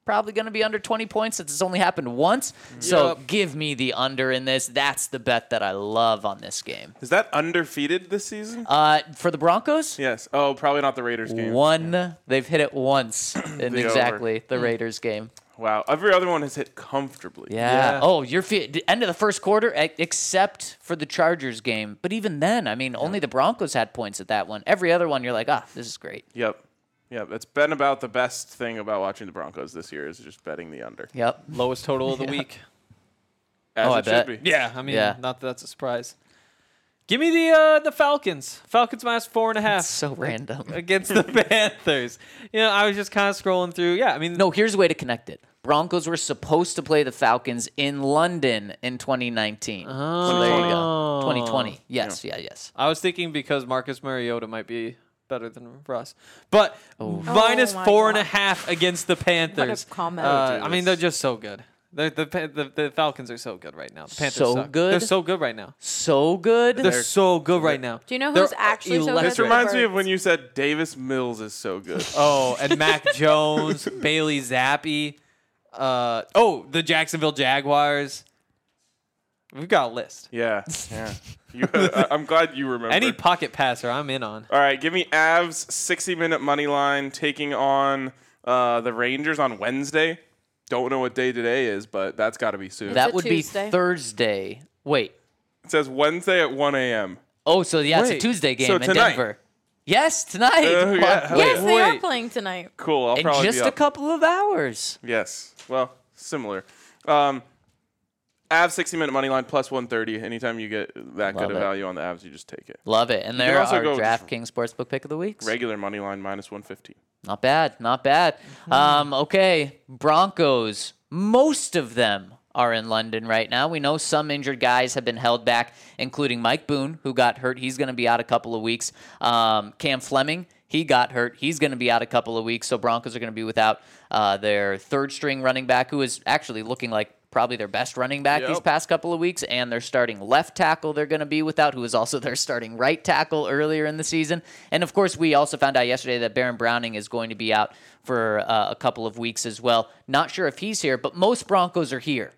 Speaker 3: Probably going to be under 20 points since it's only happened once. So
Speaker 4: Mm-hmm. Yup.
Speaker 3: give me the under in this. That's the bet that I love on this game.
Speaker 2: Is that undefeated this season?
Speaker 3: Uh, for the Broncos,
Speaker 2: yes. Oh, probably not the Raiders game.
Speaker 3: one they've hit it once in
Speaker 2: The
Speaker 3: exactly the Raiders game.
Speaker 2: Wow. Every other one has hit comfortably.
Speaker 3: Yeah.
Speaker 4: Yeah.
Speaker 3: Oh, your fe- the end of the first quarter, e- except for the Chargers game. But even then, I mean, only the Broncos had points at that one. Every other one, you're like, ah, this is great.
Speaker 2: Yep. Yep. It's been about the best thing about watching the Broncos this year is just betting the under.
Speaker 3: Yep.
Speaker 4: Lowest total of the week.
Speaker 2: As
Speaker 3: Oh,
Speaker 2: it
Speaker 3: I
Speaker 2: should
Speaker 3: bet.
Speaker 2: be.
Speaker 4: Yeah, I mean,
Speaker 3: Yeah.
Speaker 4: not that that's a surprise. Give me the uh, the Falcons. Falcons minus four and a half.
Speaker 3: So random.
Speaker 4: against the Panthers. You know, I was just kind of scrolling through. Yeah, I mean,
Speaker 3: No, here's a way to connect it. Broncos were supposed to play the Falcons in London in 2019. So there you go. 2020. Yes. Yeah. yes.
Speaker 4: I was thinking because Marcus Mariota might be better than Russ, but minus
Speaker 5: Oh my
Speaker 4: four and a
Speaker 5: God.
Speaker 4: half against the Panthers.
Speaker 5: comment.
Speaker 4: Uh, I mean, they're just so good. They're, the, Pa- the the Falcons are so good right now. The Panthers
Speaker 3: So
Speaker 4: suck.
Speaker 3: good?
Speaker 4: They're so good right now.
Speaker 3: So good.
Speaker 4: They're, so good right now.
Speaker 5: Do you know
Speaker 4: They're
Speaker 5: who's actually so good?
Speaker 4: electric.
Speaker 2: This reminds me of when you said Davis Mills is so good.
Speaker 4: Oh, and Mac Jones, Bailey Zappi. Uh, oh, the Jacksonville Jaguars. We've got a list.
Speaker 2: Yeah, yeah. You, I- I'm glad you remember.
Speaker 4: Any pocket passer, I'm in on.
Speaker 2: All right, give me Avs 60 minute money line taking on uh, the Rangers on Wednesday. Don't know what day today is, but that's got to be soon.
Speaker 3: that
Speaker 5: a
Speaker 3: would be
Speaker 5: Tuesday.
Speaker 3: Thursday. Wait.
Speaker 2: it says Wednesday at 1 a.m.
Speaker 3: Oh, so yeah,
Speaker 4: Wait,
Speaker 3: it's a Tuesday game
Speaker 2: so
Speaker 3: in
Speaker 2: tonight.
Speaker 3: Denver. Yes, tonight.
Speaker 2: Oh,
Speaker 3: Wow.
Speaker 2: yeah, hell
Speaker 5: Yes, they are
Speaker 4: Wait.
Speaker 5: playing tonight.
Speaker 2: Cool. I'll
Speaker 3: In
Speaker 2: probably
Speaker 3: just
Speaker 2: be
Speaker 3: a
Speaker 2: up.
Speaker 3: couple of hours.
Speaker 2: Yes. Well, similar. Um, Avs 60 minute money line plus 130. Anytime you get that
Speaker 3: Love
Speaker 2: good a
Speaker 3: it.
Speaker 2: value on the Avs, you just take it.
Speaker 3: Love it. And there
Speaker 2: also
Speaker 3: are
Speaker 2: go just-
Speaker 3: DraftKings Sportsbook pick of the weeks.
Speaker 2: Regular money line minus 115.
Speaker 3: Not bad. Not bad.
Speaker 2: Hmm.
Speaker 3: Um, okay. Broncos. Most of them are in London right now. We know some injured guys have been held back, including Mike Boone, who got hurt. He's going to be out a couple of weeks. Um, Cam Fleming. He got hurt. He's going to be out a couple of weeks. So Broncos are going to be without uh, their third string running back, who is actually looking like probably their best running back these
Speaker 4: Yep.
Speaker 3: past couple of weeks, and their starting left tackle they're going to be without, who was also their starting right tackle earlier in the season. And of course, we also found out yesterday that Baron Browning is going to be out for uh, a couple of weeks as well. Not sure if he's here, but most Broncos are here.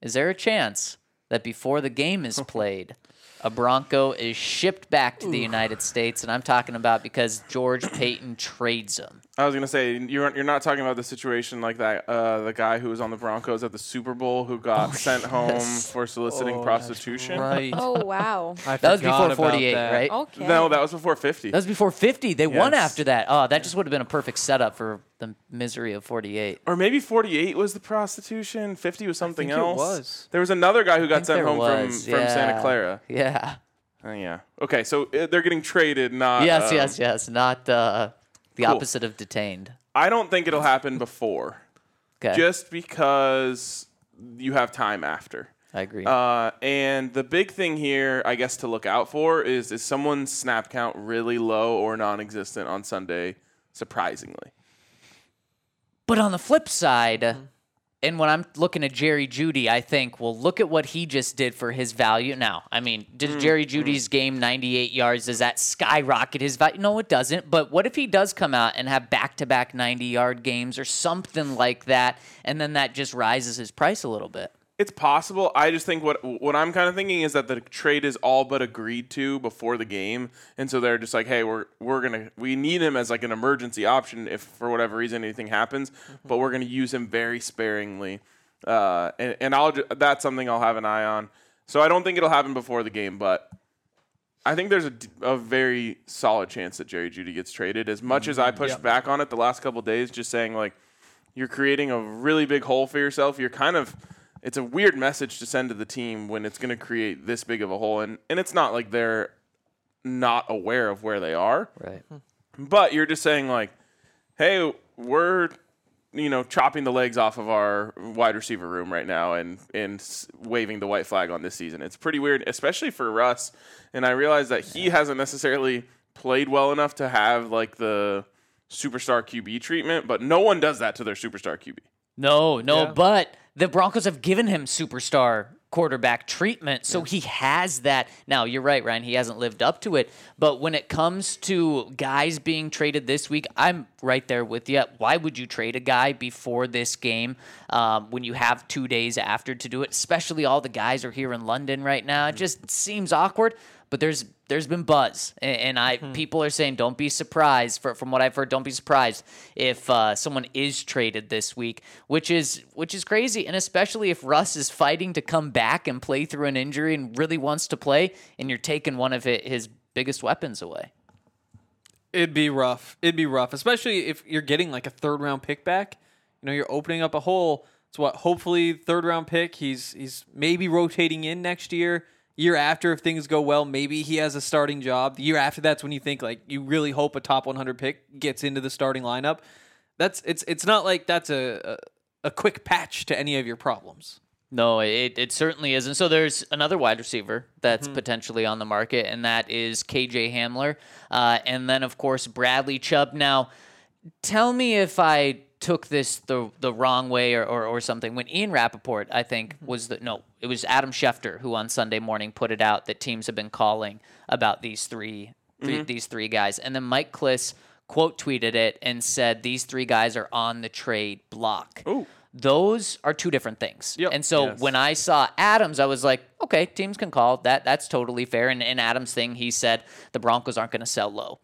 Speaker 3: Is there a chance that before the game is played, a Bronco is shipped back to the United States? And I'm talking about because George Payton trades him.
Speaker 2: I was gonna say you're you're not talking about the situation like that. Uh, the guy who was on the Broncos at the Super Bowl who got
Speaker 3: Oh,
Speaker 2: sent home for soliciting prostitution.
Speaker 4: Right.
Speaker 5: Oh wow.
Speaker 4: I
Speaker 3: That was
Speaker 4: forgot
Speaker 3: before
Speaker 4: about
Speaker 3: 48,
Speaker 4: that.
Speaker 3: right?
Speaker 2: Uh,
Speaker 5: Okay.
Speaker 2: No, that was before 50.
Speaker 3: That was before 50. They won
Speaker 2: Yes.
Speaker 3: after that. Oh, that just would have been a perfect setup for the misery of 48.
Speaker 2: or maybe 48 was the prostitution. 50 was something
Speaker 4: think it
Speaker 2: else.
Speaker 4: was.
Speaker 2: There was another guy who got sent
Speaker 3: There
Speaker 2: home
Speaker 3: was,
Speaker 2: from, from Santa
Speaker 3: yeah.
Speaker 2: Clara.
Speaker 3: Yeah.
Speaker 2: Uh, yeah. Okay, so uh, they're getting traded, not.
Speaker 3: Yes,
Speaker 2: um,
Speaker 3: yes, yes. Not uh, the
Speaker 2: Cool.
Speaker 3: opposite of detained.
Speaker 2: I don't think it'll happen before,
Speaker 3: Okay.
Speaker 2: just because you have time after.
Speaker 3: I agree.
Speaker 2: Uh, and the big thing here, I guess, to look out for is is someone's snap count really low or non-existent on Sunday, surprisingly.
Speaker 3: But on the flip side, and when I'm looking at Jerry Judy, I think, well, look at what he just did for his value. Now, I mean, did Jerry Judy's game 98 yards, does that skyrocket his value? No, it doesn't. But what if he does come out and have back to back 90 yard games or something like that? And then that just rises his price a little bit.
Speaker 2: It's possible. I just think what what I'm kind of thinking is that the trade is all but agreed to before the game, and so they're just like, hey, we're we're gonna we need him as like an emergency option if for whatever reason anything happens, but we're gonna use him very sparingly. Uh, and, and I'll ju- that's something I'll have an eye on. So I don't think it'll happen before the game, but I think there's a, d- a very solid chance that Jerry Judy gets traded. As much as I pushed back on it the last couple days, just saying like you're creating a really big hole for yourself. You're kind of it's a weird message to send to the team when it's going to create this big of a hole, and and it's not like they're not aware of where they are,
Speaker 3: Right.
Speaker 2: but you're just saying like, hey, we're you know chopping the legs off of our wide receiver room right now and and s- waving the white flag on this season. It's pretty weird, especially for Russ. And I realize that he hasn't necessarily played well enough to have like the superstar QB treatment, but no one does that to their superstar QB.
Speaker 3: No, no, but the Broncos have given him superstar quarterback treatment, so he has that. Now, you're right, Ryan, he hasn't lived up to it, but when it comes to guys being traded this week, I'm right there with you. Why would you trade a guy before this game um, when you have two days after to do it? Especially all the guys are here in London right now. It just seems awkward, but there's there's been buzz, a- and, I people are saying don't be surprised. For, from what I've heard, don't be surprised if uh, someone is traded this week, which is which is crazy, and especially if Russ is fighting to come back and play through an injury and really wants to play, and you're taking one of hi- his biggest weapons away.
Speaker 4: It'd be rough. It'd be rough, especially if you're getting like a third round pick back. You know, you're opening up a hole. It's what hopefully third round pick. He's he's maybe rotating in next year. Year after, if things go well, maybe he has a starting job. The year after, that's when you think like you really hope a top 100 pick gets into the starting lineup. That's it's it's not like that's a a, a quick patch to any of your problems.
Speaker 3: No, it, it certainly isn't. So there's another wide receiver that's potentially on the market, and that is KJ Hamler. Uh, and then, of course, Bradley Chubb. Now, tell me if I took this the the wrong way or, or, or something. When Ian Rappaport, I think, was the no, it was Adam Schefter who on Sunday morning put it out that teams have been calling about these 3 three these three guys. And then Mike Kliss quote tweeted it and said these three guys are on the trade block. Those are two different things. And so when I saw Adams, I was like, okay, teams can call. That that's totally fair. And in Adams' thing, he said the Broncos aren't going to sell low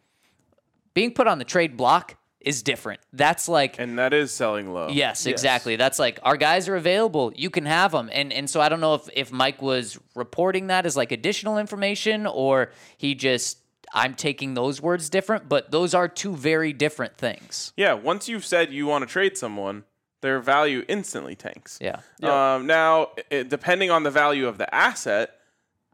Speaker 3: being put on the trade block is different. That's like
Speaker 2: And that is selling low.
Speaker 3: yes, exactly. That's like our guys are available. You can have them. And and so I don't know if if Mike was reporting that as like additional information or he just I'm taking those words different, but those are two very different things.
Speaker 2: Yeah, once you've said you want to trade someone, their value instantly tanks.
Speaker 3: Yeah.
Speaker 2: Um, now, i- i- depending on the value of the asset,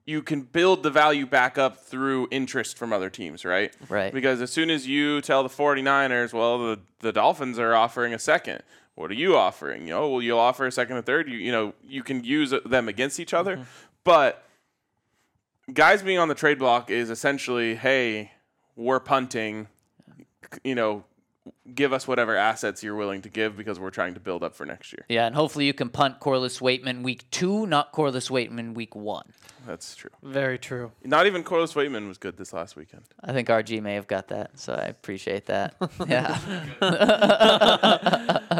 Speaker 2: you can build the value back up through interest from other teams, right?
Speaker 3: Right.
Speaker 2: Because as soon as you tell the 49ers, well, the, the Dolphins are offering a second. What are you offering? You know, well, you'll offer a second and third. You, you know, you can use them against each other. But guys being on the trade block is essentially, hey, we're punting. You know, give us whatever assets you're willing to give because we're trying to build up for next year.
Speaker 3: Yeah, and hopefully you can punt Corliss Waitman week two, not Corliss Waitman week one.
Speaker 2: That's true.
Speaker 6: Very true.
Speaker 2: Not even Corliss Waitman was good this last weekend.
Speaker 3: I think RG may have got that, so I appreciate that. Yeah.
Speaker 4: Uh.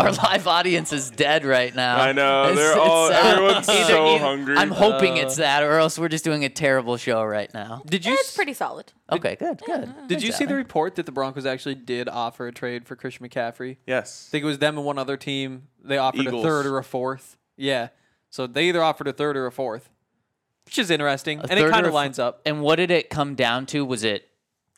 Speaker 3: Our live audience is dead right now.
Speaker 2: I know,
Speaker 3: It's-
Speaker 2: they're
Speaker 3: it's
Speaker 2: all-
Speaker 3: sad.
Speaker 2: everyone's so hungry.
Speaker 3: I'm hoping it's that, or else we're just doing a terrible show right now.
Speaker 4: Uh. Did uh. you
Speaker 5: It's
Speaker 4: s-
Speaker 5: pretty solid.
Speaker 3: Okay, good, good.
Speaker 4: Did you see the report that the Broncos actually did offer a trade for Christian McCaffrey?
Speaker 2: Yes.
Speaker 4: I think it was them and one other team. They offered
Speaker 2: Eagles.
Speaker 4: a third or a fourth. Yeah. So they either offered a third or a fourth, which is interesting.
Speaker 3: A
Speaker 4: and it
Speaker 3: third
Speaker 4: kind
Speaker 3: or a
Speaker 4: of
Speaker 3: f-
Speaker 4: lines up.
Speaker 3: And what did it come down to? Was it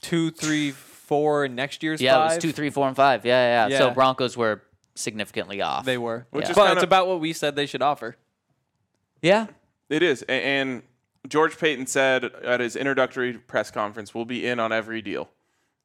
Speaker 4: Two, three, four, and next year's
Speaker 3: yeah? It
Speaker 4: five.
Speaker 3: was two, three, four, and five. Yeah, yeah. yeah. So
Speaker 4: Yeah.
Speaker 3: Broncos were significantly off.
Speaker 4: They were.
Speaker 2: Which
Speaker 4: Which
Speaker 2: Yeah. is
Speaker 4: is but
Speaker 2: kinda-
Speaker 4: it's about what we said they should offer.
Speaker 3: Yeah.
Speaker 2: It is. A- And George Payton said at his introductory press conference, we'll be in on every deal.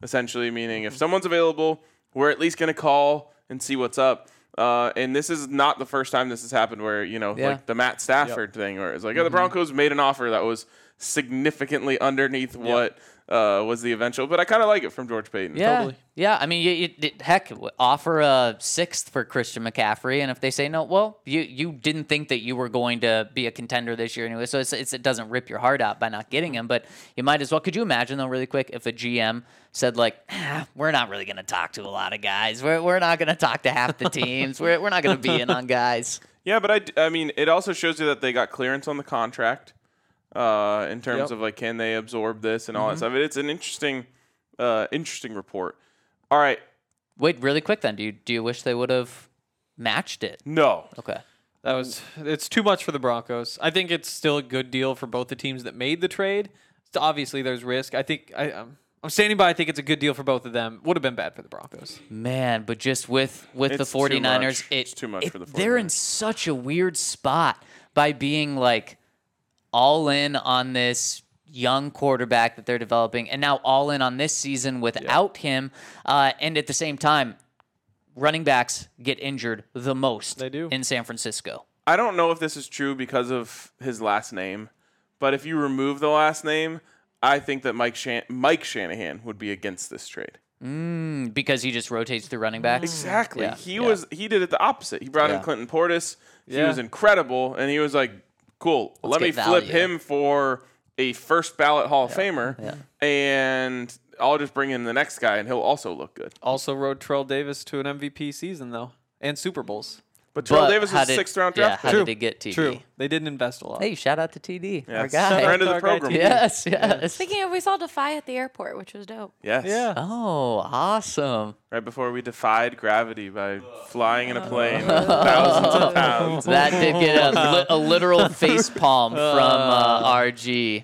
Speaker 2: Essentially, meaning if someone's available, we're at least going to call and see what's up. Uh, and this is not the first time this has happened where, you know,
Speaker 3: Yeah.
Speaker 2: like the Matt Stafford thing, where it's like, oh, the Broncos made an offer that was significantly underneath what uh, was the eventual. But I kind of like it from George Payton.
Speaker 3: Yeah, yeah. I mean, you, you, did- heck, w- offer a sixth for Christian McCaffrey, and if they say no, well, you you didn't think that you were going to be a contender this year anyway, so it's, it's, it doesn't rip your heart out by not getting him. But you might as well. Could you imagine though, really quick, if a GM said like, "Ah, "We're not really going to talk to a lot of guys. We're we're not going to talk to half the teams. we're we're not going to be in on guys."
Speaker 2: Yeah, but I, d- I mean, it also shows you that they got clearance on the contract uh, in terms
Speaker 4: Yep.
Speaker 2: of like can they absorb this and all that stuff. It's an interesting, uh, interesting report. All right,
Speaker 3: Wait, really quick then. Do you do you wish they would have matched it?
Speaker 2: no,
Speaker 3: Okay.
Speaker 4: That was it's too much for the Broncos. I think it's still a good deal for both the teams that made the trade. So obviously, there's risk. I think I, um, I'm standing by. I think it's a good deal for both of them. Would have been bad for the Broncos.
Speaker 3: Man, but just with with
Speaker 2: It's
Speaker 3: the
Speaker 2: too much.
Speaker 3: 49ers, it-
Speaker 2: It's too much
Speaker 3: it-
Speaker 2: for the
Speaker 3: They're in
Speaker 2: 49ers.
Speaker 3: such a weird spot by being like all in on this young quarterback that they're developing and now all in on this season without him uh, and at the same time running backs get injured the most they
Speaker 4: do.
Speaker 3: in San Francisco.
Speaker 2: I don't know if this is true because of his last name, but if you remove the last name, I think that Mike Shan- Mike Shanahan would be against this trade.
Speaker 3: because he just rotates through running backs.
Speaker 2: Exactly.
Speaker 3: Yeah,
Speaker 2: he
Speaker 3: yeah.
Speaker 2: was he did it the opposite. He brought in
Speaker 3: Yeah.
Speaker 2: Clinton Portis. He
Speaker 4: Yeah.
Speaker 2: was incredible, and he was like, "Cool, let me
Speaker 3: get
Speaker 2: flip
Speaker 3: value."
Speaker 2: him for a first ballot Hall of Famer, and I'll just bring in the next guy, and he'll also look good."
Speaker 4: Also, rode Terrell Davis to an MVP season though, and Super Bowls.
Speaker 2: But Terrell
Speaker 3: But
Speaker 2: Davis
Speaker 3: how
Speaker 2: was a
Speaker 3: did-
Speaker 2: sixth round
Speaker 3: yeah,
Speaker 2: draft.
Speaker 3: how
Speaker 2: pick.
Speaker 3: did they get TD?
Speaker 4: True, they didn't invest a lot.
Speaker 3: Hey, shout out to TD, our
Speaker 2: Yes.
Speaker 3: guy.
Speaker 2: Friend of the
Speaker 4: Dark IT.
Speaker 2: program.
Speaker 3: yes, yes.
Speaker 5: Speaking of, we saw Defy at the airport, which was dope.
Speaker 2: Yes.
Speaker 4: Yeah.
Speaker 3: Oh, awesome.
Speaker 2: Right before we defied gravity by flying in a plane, with thousands of pounds.
Speaker 3: That did get a, li- a literal face palm from uh, RG.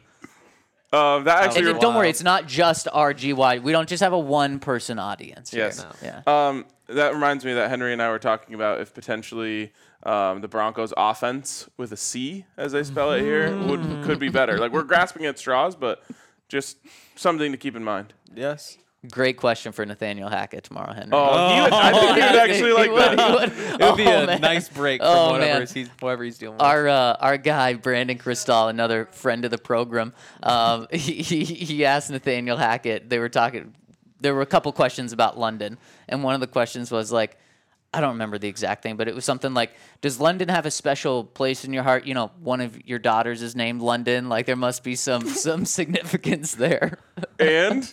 Speaker 2: Uh, that actually
Speaker 3: And
Speaker 2: rem-
Speaker 3: it- don't worry, it's not just RG wide. We don't just have a one person audience. here.
Speaker 2: Yes.
Speaker 3: Yeah.
Speaker 2: Um, that reminds me that Henry and I were talking about if potentially um, the Broncos' offense with a C, as they spell it here,
Speaker 3: Mm-hmm.
Speaker 2: would could be better. Like we're grasping at straws, but just something to keep in mind.
Speaker 4: Yes.
Speaker 3: Great question for Nathaniel Hackett tomorrow, Henry.
Speaker 2: Oh, He would, I think he would actually
Speaker 3: He
Speaker 2: like
Speaker 3: would,
Speaker 2: that.
Speaker 3: he would.
Speaker 4: It would be
Speaker 3: Oh,
Speaker 4: a
Speaker 3: man.
Speaker 4: nice break from
Speaker 3: Oh,
Speaker 4: whatever,
Speaker 3: man.
Speaker 4: is he's, whatever he's dealing with.
Speaker 3: Our uh, our guy Brandon Cristal, another friend of the program, um, he, he he asked Nathaniel Hackett. They were talking. There were a couple questions about London, and one of the questions was like, I don't remember the exact thing, but it was something like, "Does London have a special place in your heart? You know, one of your daughters is named London. Like there must be some some significance there."
Speaker 2: And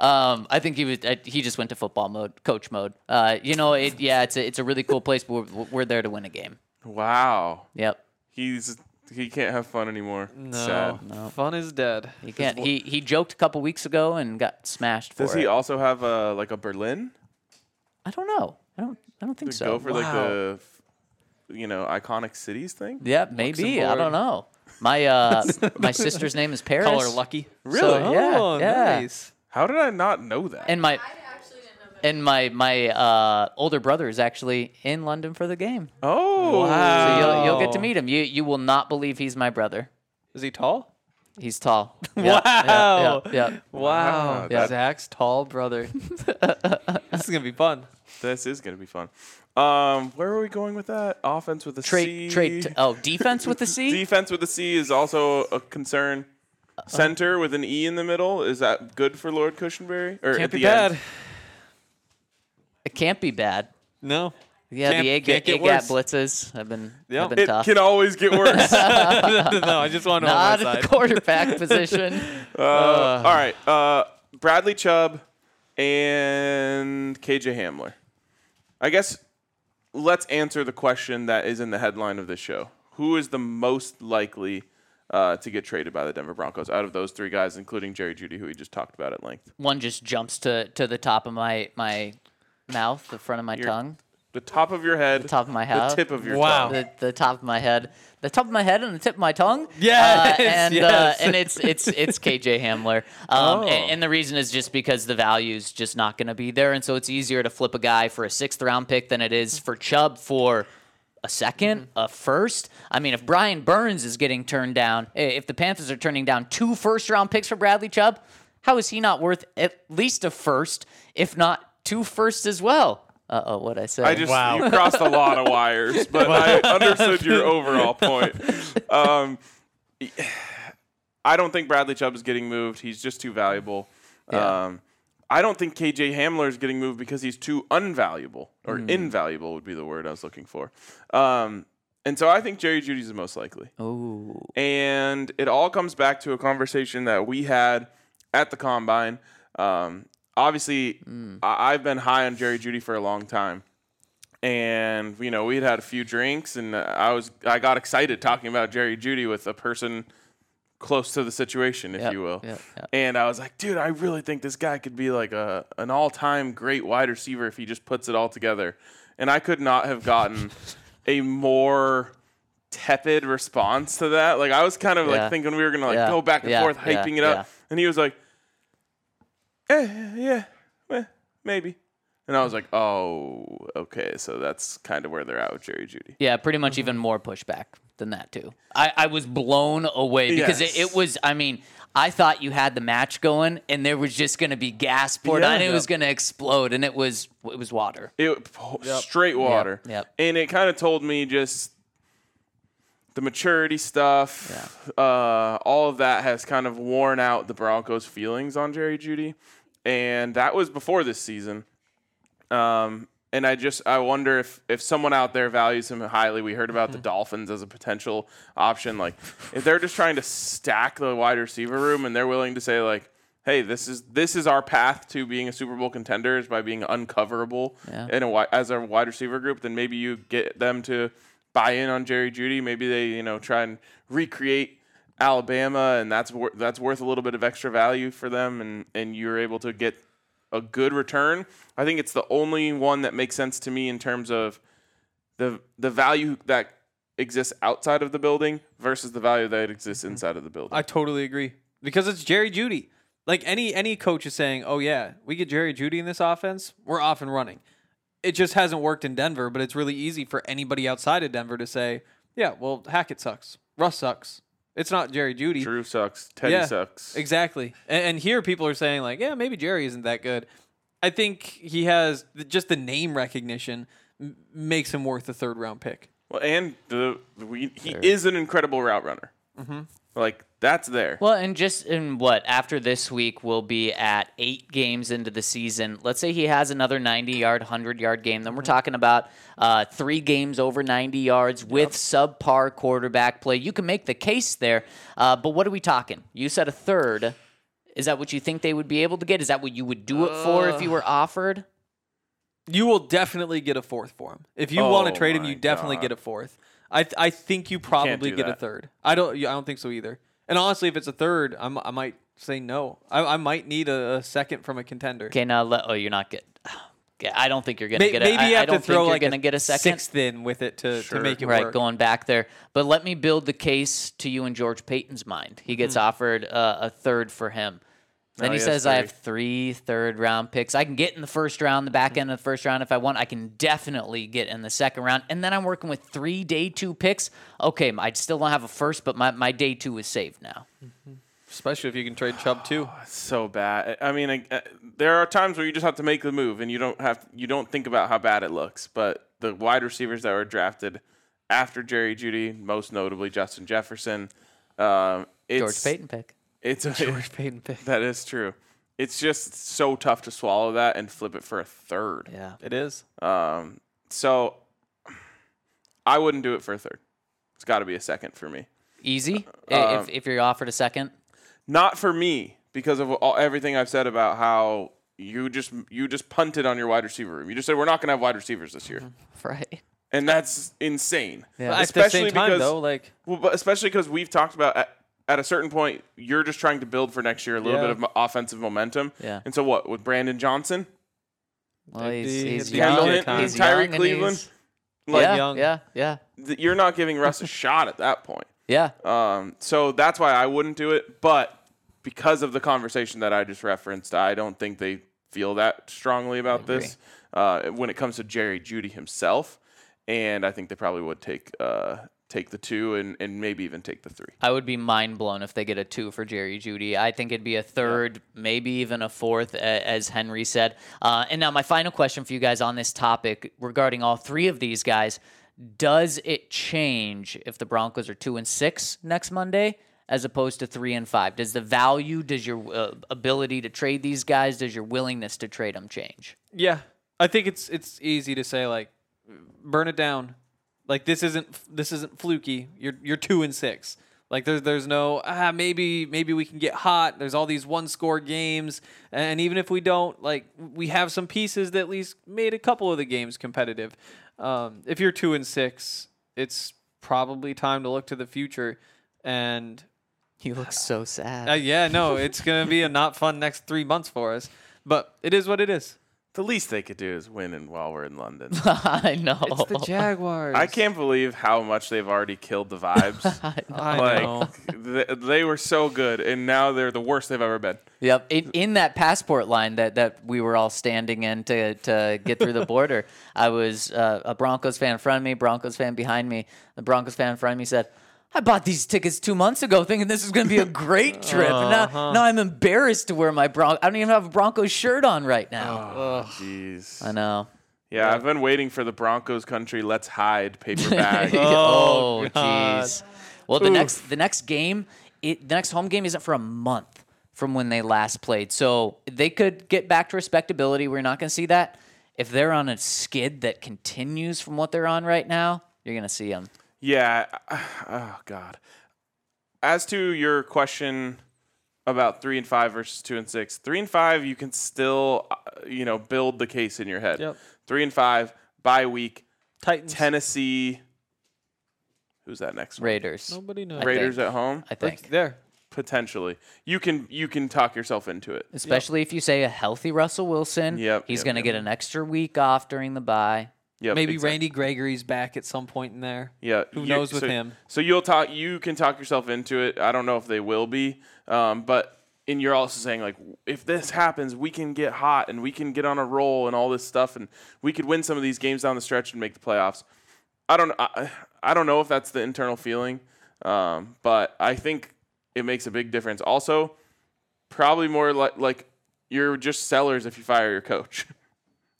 Speaker 3: Um, I think he was. I, he just went to football mode, coach mode. Uh, you know, it, yeah, it's a, it's a really cool place, but we're, we're there to win a game.
Speaker 2: wow,
Speaker 3: Yep.
Speaker 2: he's he can't have fun anymore. No.
Speaker 4: no, uh, fun is dead.
Speaker 3: He can't. He he joked a couple weeks ago and got smashed for
Speaker 2: Does he
Speaker 3: it.
Speaker 2: also have a like a Berlin?
Speaker 3: I don't know. I don't. I don't think so.
Speaker 2: Go for like the you know iconic cities thing.
Speaker 3: yeah, maybe. I don't know. My uh, my sister's name is Paris.
Speaker 4: Color lucky.
Speaker 3: Really? yeah.
Speaker 4: Oh,
Speaker 3: yeah.
Speaker 4: nice.
Speaker 2: How did I not know that?
Speaker 3: And my and my my uh, older brother is actually in London for the game.
Speaker 2: oh,
Speaker 3: So you'll, you'll
Speaker 4: Oh.
Speaker 3: get to meet him. You you will not believe he's my brother.
Speaker 4: Is he tall?
Speaker 3: He's tall. Yeah, yeah, yeah, yeah.
Speaker 2: Ah,
Speaker 4: Wow.
Speaker 2: that-
Speaker 4: Zach's tall brother. this is gonna be fun.
Speaker 2: This is gonna be fun. Um, where are we going with that? Offense with a C.
Speaker 3: Trait trait. Oh, defense with the C.
Speaker 2: Defense with a C is also a concern. Center with an E in the middle is that good for Lord Cushionberry? Or
Speaker 4: Can't
Speaker 2: at
Speaker 4: be
Speaker 2: the end?
Speaker 4: bad.
Speaker 3: It can't be bad.
Speaker 4: No.
Speaker 3: Yeah,
Speaker 4: Can't-
Speaker 3: the egg,
Speaker 4: can't get
Speaker 3: egg gap
Speaker 4: worse.
Speaker 3: blitzes have been,
Speaker 4: Yeah.
Speaker 3: have been
Speaker 2: It
Speaker 3: tough.
Speaker 2: can always get worse.
Speaker 4: no, I just want to on
Speaker 3: Not
Speaker 4: my
Speaker 3: at
Speaker 4: side.
Speaker 3: the quarterback position.
Speaker 2: Uh, all right. Uh, Bradley Chubb and KJ Hamler. I guess let's answer the question that is in the headline of this show. Who is the most likely uh, to get traded by the Denver Broncos out of those three guys, including Jerry Judy, who we just talked about at length?
Speaker 3: One just jumps to, to the top of my, my mouth, the front of my tongue,
Speaker 2: The top of your head. The
Speaker 3: top of my head.
Speaker 2: The tip of your
Speaker 4: Wow.
Speaker 2: tongue.
Speaker 3: the, the top of my head, the top of my head, and the tip of my tongue.
Speaker 4: Yes,
Speaker 3: uh, and
Speaker 4: yes. Oh.
Speaker 3: Uh, and it's it's it's KJ Hamler. Um, a- and, the reason is just because the value's just not going to be there, and so it's easier to flip a guy for a sixth round pick than it is for Chubb for. A 2nd
Speaker 4: Mm-hmm.
Speaker 3: a first. I mean, if Brian Burns is getting turned down, i- if the Panthers are turning down two first round picks for Bradley Chubb, how is he not worth at least a first, if not two firsts as well? Uh oh, what I say?
Speaker 2: I just
Speaker 6: Wow.
Speaker 2: you crossed a lot of wires, but I understood your overall point. Um, I don't think Bradley Chubb is getting moved. He's just too valuable. Um, I don't think KJ Hamler is getting moved because he's too unvaluable or invaluable would be the word I was looking for. Um, and so I think Jerry Judy's the most likely.
Speaker 3: Ooh.
Speaker 2: And it all comes back to a conversation that we had at the combine. Um, obviously,
Speaker 3: Mm.
Speaker 2: I- I've been high on Jerry Judy for a long time. And you know we had had a few drinks, and uh, I was I got excited talking about Jerry Judy with a person close to the situation, if
Speaker 3: Yep,
Speaker 2: you will.
Speaker 3: yep, yep.
Speaker 2: And I was like, dude, I really think this guy could be like a an all time great wide receiver if he just puts it all together. And I could not have gotten a more tepid response to that. Like I was kind of
Speaker 3: Yeah.
Speaker 2: like thinking we were gonna like
Speaker 3: Yeah.
Speaker 2: go back and
Speaker 3: Yeah.
Speaker 2: forth,
Speaker 3: Yeah.
Speaker 2: hyping it up,
Speaker 3: Yeah.
Speaker 2: and he was like, "Eh, yeah, eh, maybe." And I was like, "Oh, okay, so that's kind of where they're at with Jerry Judy."
Speaker 3: Yeah, pretty much even more pushback than that too. I, I was blown away because it,
Speaker 2: Yes.
Speaker 3: it was. I mean, I thought you had the match going, and there was just going to be gas poured
Speaker 2: Yeah.
Speaker 3: on. It was going to explode, and it was it was water.
Speaker 2: It po- straight water,
Speaker 3: yep.
Speaker 2: and it kind of told me just the maturity stuff, uh, all of that has kind of worn out the Broncos' feelings on Jerry Judy, and that was before this season. Um, and I just I wonder if if someone out there values him highly. We heard about the Dolphins as a potential option. Like if they're just trying to stack the wide receiver room and they're willing to say like, hey, this is this is our path to being a Super Bowl contender is by being uncoverable in a wi- as a wide receiver group. Then maybe you get them to buy in on Jerry Judy. Maybe they you know try and recreate. Alabama, and that's wor- that's worth a little bit of extra value for them, and, and you're able to get a good return. I think it's the only one that makes sense to me in terms of the the value that exists outside of the building versus the value that exists inside of the building.
Speaker 4: Mm-hmm. I totally agree because it's Jerry Judy. Like any any coach is saying, "Oh yeah, we get Jerry Judy in this offense, we're off and running." It just hasn't worked in Denver, but it's really easy for anybody outside of Denver to say, "Yeah, well, Hackett sucks, Russ sucks. It's not Jerry Judy.
Speaker 2: Drew sucks. Teddy
Speaker 4: yeah,
Speaker 2: sucks.
Speaker 4: Exactly. And, and here people are saying like, yeah, maybe Jerry isn't that good. I think he has just the name recognition m- makes him worth a third round pick.
Speaker 2: Well, and the we, he is an incredible route runner.
Speaker 4: Mm-hmm.
Speaker 2: Like that's there.
Speaker 3: Well, and just in what after this week we'll be at eight games into the season. Let's say he has another ninety-yard, hundred-yard game. Then we're
Speaker 4: Mm-hmm.
Speaker 3: talking about uh, three games over ninety yards with subpar quarterback play. You can make the case there, uh, but what are we talking? You said a third. Is that what you think they would be able to get? Is that what you would do it for if you were offered?
Speaker 4: You will definitely get a fourth for him. If you want
Speaker 2: Oh
Speaker 4: to trade him,
Speaker 2: my
Speaker 4: you definitely
Speaker 2: God.
Speaker 4: get a fourth. I th- I think you probably
Speaker 2: do
Speaker 4: get a
Speaker 2: that.
Speaker 4: third. I don't yeah, I don't think so either. And honestly, if it's a third, I'm, I might say no. I, I might need a, a second from a contender.
Speaker 3: Okay, now let, oh, you're not get. yeah, I don't think you're gonna
Speaker 4: May-
Speaker 3: get.
Speaker 4: maybe
Speaker 3: a, I-
Speaker 4: you
Speaker 3: I
Speaker 4: have
Speaker 3: don't
Speaker 4: to throw
Speaker 3: think you're
Speaker 4: like
Speaker 3: gonna get a second.
Speaker 4: sixth in with it to, to make it
Speaker 3: right,
Speaker 4: work.
Speaker 3: going back there. But let me build the case to you in George Payton's mind. He gets offered uh, a third for him. Then
Speaker 2: Now
Speaker 3: he
Speaker 2: he has
Speaker 3: says, I have three third round picks. I can get in the first round, the back end of the first round if I want. I can definitely get in the second round. And then I'm working with three day two picks. Okay, I still don't have a first, but my, my day two is saved now.
Speaker 4: Especially if you can trade Chubb too.
Speaker 2: so bad. I I mean, I, uh, there are times where you just have to make the move, and you don't have you don't think about how bad it looks. But the wide receivers that were drafted after Jerry Judy, most notably Justin Jefferson, um, it's,
Speaker 3: George Payton pick.
Speaker 2: It's a,
Speaker 4: Payton pick.
Speaker 2: that is true. it's just so tough to swallow that and flip it for a third.
Speaker 3: Yeah.
Speaker 4: It is.
Speaker 2: Um, so I wouldn't do it for a third. It's got to be a second for me.
Speaker 3: Easy. I- if, if you're offered a second,
Speaker 2: Not for me because of all, everything I've said about how you just you just punted on your wide receiver room. You just said we're not going to have wide receivers this year,
Speaker 3: right?
Speaker 2: and that's insane.
Speaker 4: Mm-hmm. At the same time, though, like
Speaker 2: Well, but especially because we've talked about at, at a certain point, you're just trying to build for next year a little
Speaker 4: Yeah.
Speaker 2: bit of mo- offensive momentum.
Speaker 3: Yeah.
Speaker 2: And so what with Brandon Johnson,
Speaker 3: Well, he's,
Speaker 4: the-
Speaker 3: he's
Speaker 4: at the
Speaker 3: young.
Speaker 4: end of the
Speaker 3: He's
Speaker 2: time. Tyree
Speaker 3: young and
Speaker 2: Cleveland,
Speaker 3: he's-
Speaker 2: like,
Speaker 3: yeah,
Speaker 4: young.
Speaker 3: yeah, yeah,
Speaker 2: th- you're not giving Russ a shot at that point.
Speaker 3: yeah.
Speaker 4: Uh,
Speaker 2: Um, so that's why I wouldn't do it. But because of the conversation that I just referenced, I don't think they feel that strongly about this uh, when it comes to Jerry Judy himself. And I think they probably would take uh, take the two and, and maybe even take the three.
Speaker 3: I would be mind blown if they get a two for Jerry Judy. I think it'd be a third, maybe even a fourth, a- as Henry said. Uh, and now, my final question for you guys on this topic regarding all three of these guys does it change if the Broncos are two and six next Monday? As opposed to three and five, does the value, does your uh, ability to trade these guys, does your willingness to trade them change?
Speaker 4: Yeah, I think it's it's easy to say like, burn it down. Like this isn't this isn't fluky. You're you're two and six. Like there's there's no ah maybe maybe we can get hot. There's all these one score games, and even if we don't, like we have some pieces that at least made a couple of the games competitive. Um, if you're two and six, it's probably time to look to the future. And
Speaker 3: You look so sad.
Speaker 4: uh, yeah, no, it's gonna be a not fun next three months for us. But it is what it is.
Speaker 2: The least they could do is win and while we're in London.
Speaker 3: I know.
Speaker 4: It's the Jaguars.
Speaker 2: I can't believe how much they've already killed the vibes.
Speaker 4: I know.
Speaker 2: like th- they were so good, and now they're the worst they've ever been.
Speaker 3: Yep. In, in that passport line that, that we were all standing in to, to get through the border, I was uh, a Broncos fan in front of me, Broncos fan behind me. The Broncos fan in front of me said, I bought these tickets two months ago thinking this was going to be a great trip. And now, now I'm embarrassed to wear my Bronco. I don't even have a Broncos shirt on right now.
Speaker 2: Jeez.
Speaker 3: I know.
Speaker 2: Yeah, I've been waiting for the Broncos country. Let's hide paper bag.
Speaker 3: oh, jeez. Well, the next the next game, it, the next home game isn't for a month from when they last played, so they could get back to respectability. We're not going to see that if they're on a skid that continues from what they're on right now. You're going to see them.
Speaker 2: Yeah. Oh God. As to your question about three and five versus two and six, three and five, you can still, uh, you know, build the case in your head.
Speaker 4: Yep.
Speaker 2: Three and five bye week.
Speaker 4: Titans.
Speaker 2: Tennessee. Who's that next? one?
Speaker 3: Raiders.
Speaker 4: Nobody knows.
Speaker 3: I
Speaker 2: Raiders
Speaker 3: think.
Speaker 2: at home.
Speaker 3: I think,
Speaker 4: There.
Speaker 2: potentially. You can you can talk yourself into it.
Speaker 3: especially if you say a healthy Russell Wilson.
Speaker 2: Yep,
Speaker 3: He's
Speaker 2: yep,
Speaker 3: going to
Speaker 2: yep.
Speaker 3: get an extra week off during the bye.
Speaker 2: Yep,
Speaker 4: Maybe
Speaker 2: exact-
Speaker 4: Randy Gregory's back at some point in there.
Speaker 2: Yeah,
Speaker 4: Who
Speaker 2: you-
Speaker 4: knows with
Speaker 2: so-
Speaker 4: him?
Speaker 2: So you'll talk. You can talk yourself into it. I don't know if they will be, um, but and you're also saying like, if this happens, we can get hot and we can get on a roll and all this stuff, and we could win some of these games down the stretch and make the playoffs. I don't. I, I don't know if that's the internal feeling, um, but I think it makes a big difference. Also, probably more like like you're just sellers if you fire your coach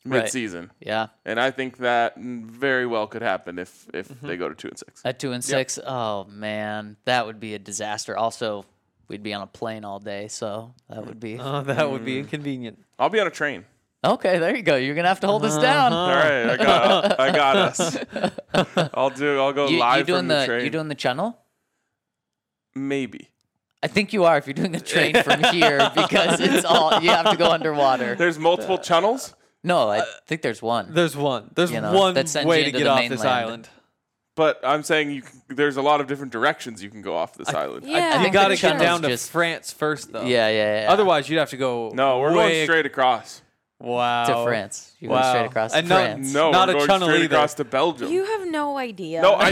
Speaker 3: Right.
Speaker 2: mid season.
Speaker 3: Yeah.
Speaker 2: And I think that very well could happen if if
Speaker 3: Mm-hmm.
Speaker 2: they go to two and six.
Speaker 3: At two and six, oh man, that would be a disaster. Also, we'd be on a plane all day, so that would be
Speaker 4: Oh, that would
Speaker 2: Mm.
Speaker 4: be inconvenient.
Speaker 2: I'll be on a train.
Speaker 3: okay. There you go. You're gonna have to hold us down.
Speaker 2: All right, I got, I got us. I'll do. I'll go
Speaker 3: You,
Speaker 2: live
Speaker 3: you doing
Speaker 2: from the,
Speaker 3: the,
Speaker 2: train.
Speaker 3: you doing the channel?
Speaker 2: Maybe
Speaker 3: I think you are. If you're doing the train from here, because it's all you have to go underwater.
Speaker 2: there's multiple channels.
Speaker 3: No, I think there's one.
Speaker 4: There's one. There's
Speaker 3: You know,
Speaker 4: one
Speaker 3: that sends
Speaker 4: way
Speaker 3: you
Speaker 4: to
Speaker 3: into
Speaker 4: get
Speaker 3: the
Speaker 4: off
Speaker 3: mainland.
Speaker 4: this island.
Speaker 2: But I'm saying you. Can, there's a lot of different directions you can go off this island.
Speaker 5: Yeah,
Speaker 3: I
Speaker 4: You
Speaker 3: think
Speaker 4: got to
Speaker 3: the
Speaker 4: come
Speaker 3: channel's
Speaker 4: down to
Speaker 3: just-
Speaker 4: France first, though.
Speaker 3: Yeah, yeah, yeah.
Speaker 4: Otherwise, you'd have to go.
Speaker 2: No,
Speaker 4: way
Speaker 2: we're going straight across.
Speaker 4: Wow.
Speaker 3: to France, you go
Speaker 4: Wow.
Speaker 3: straight across to
Speaker 4: And no-
Speaker 3: France.
Speaker 2: No,
Speaker 4: not
Speaker 2: we're
Speaker 4: a
Speaker 2: going
Speaker 4: tunnel
Speaker 2: straight
Speaker 4: either.
Speaker 2: across to Belgium.
Speaker 5: You have no idea.
Speaker 2: no, I,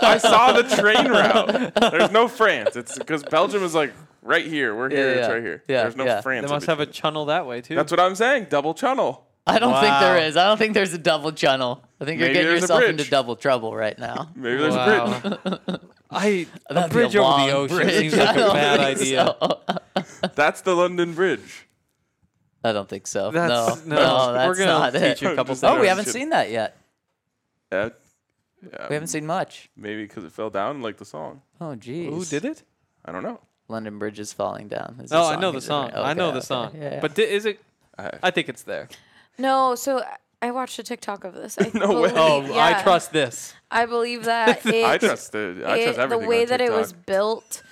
Speaker 2: I saw the train route. There's no France. It's because Belgium is like right here. We're here.
Speaker 3: Yeah,
Speaker 2: It's
Speaker 3: yeah.
Speaker 2: right here.
Speaker 3: Yeah,
Speaker 2: there's no
Speaker 3: yeah.
Speaker 2: France.
Speaker 4: They
Speaker 2: in
Speaker 4: must have a
Speaker 2: between.
Speaker 4: channel that way too.
Speaker 2: That's what I'm saying. Double channel.
Speaker 3: I don't think there
Speaker 4: Wow.
Speaker 3: is. I don't think there's a double channel. I think you're
Speaker 2: Maybe
Speaker 3: getting
Speaker 2: there's a
Speaker 3: yourself into
Speaker 2: bridge.
Speaker 3: double trouble right now.
Speaker 2: Maybe there's a bridge.
Speaker 4: Wow. I a
Speaker 3: That'd be a
Speaker 4: bridge over
Speaker 3: long
Speaker 4: the ocean
Speaker 3: bridge.
Speaker 4: seems like
Speaker 3: I
Speaker 4: a
Speaker 3: don't
Speaker 4: bad
Speaker 3: think
Speaker 4: idea.
Speaker 3: so.
Speaker 2: That's the London Bridge.
Speaker 3: I don't think so.
Speaker 4: That's- no,
Speaker 3: no, no, that's
Speaker 4: we're gonna
Speaker 3: not it.
Speaker 4: teach you a couple
Speaker 3: Oh, we
Speaker 4: things.
Speaker 3: haven't seen that yet.
Speaker 2: Yeah,
Speaker 4: Um,
Speaker 3: We haven't seen much.
Speaker 2: maybe because it fell down like the song.
Speaker 3: Oh, geez.
Speaker 4: Who did it?
Speaker 2: I don't know.
Speaker 3: London Bridge is falling down. is the
Speaker 4: Oh, I
Speaker 3: song
Speaker 4: know the
Speaker 3: he's
Speaker 4: song.
Speaker 3: written.
Speaker 4: I
Speaker 3: Okay,
Speaker 4: know the
Speaker 3: okay.
Speaker 4: song.
Speaker 3: Yeah.
Speaker 4: But di- is it? I think it's there.
Speaker 5: No, so I- I watched a TikTok of this. I
Speaker 2: No way.
Speaker 5: believe-
Speaker 4: Oh, I
Speaker 5: yeah.
Speaker 4: trust this.
Speaker 5: I believe that it,
Speaker 2: I trust the I
Speaker 5: it-
Speaker 2: trust everything.
Speaker 5: the
Speaker 2: on
Speaker 5: way that it
Speaker 2: TikTok.
Speaker 5: was built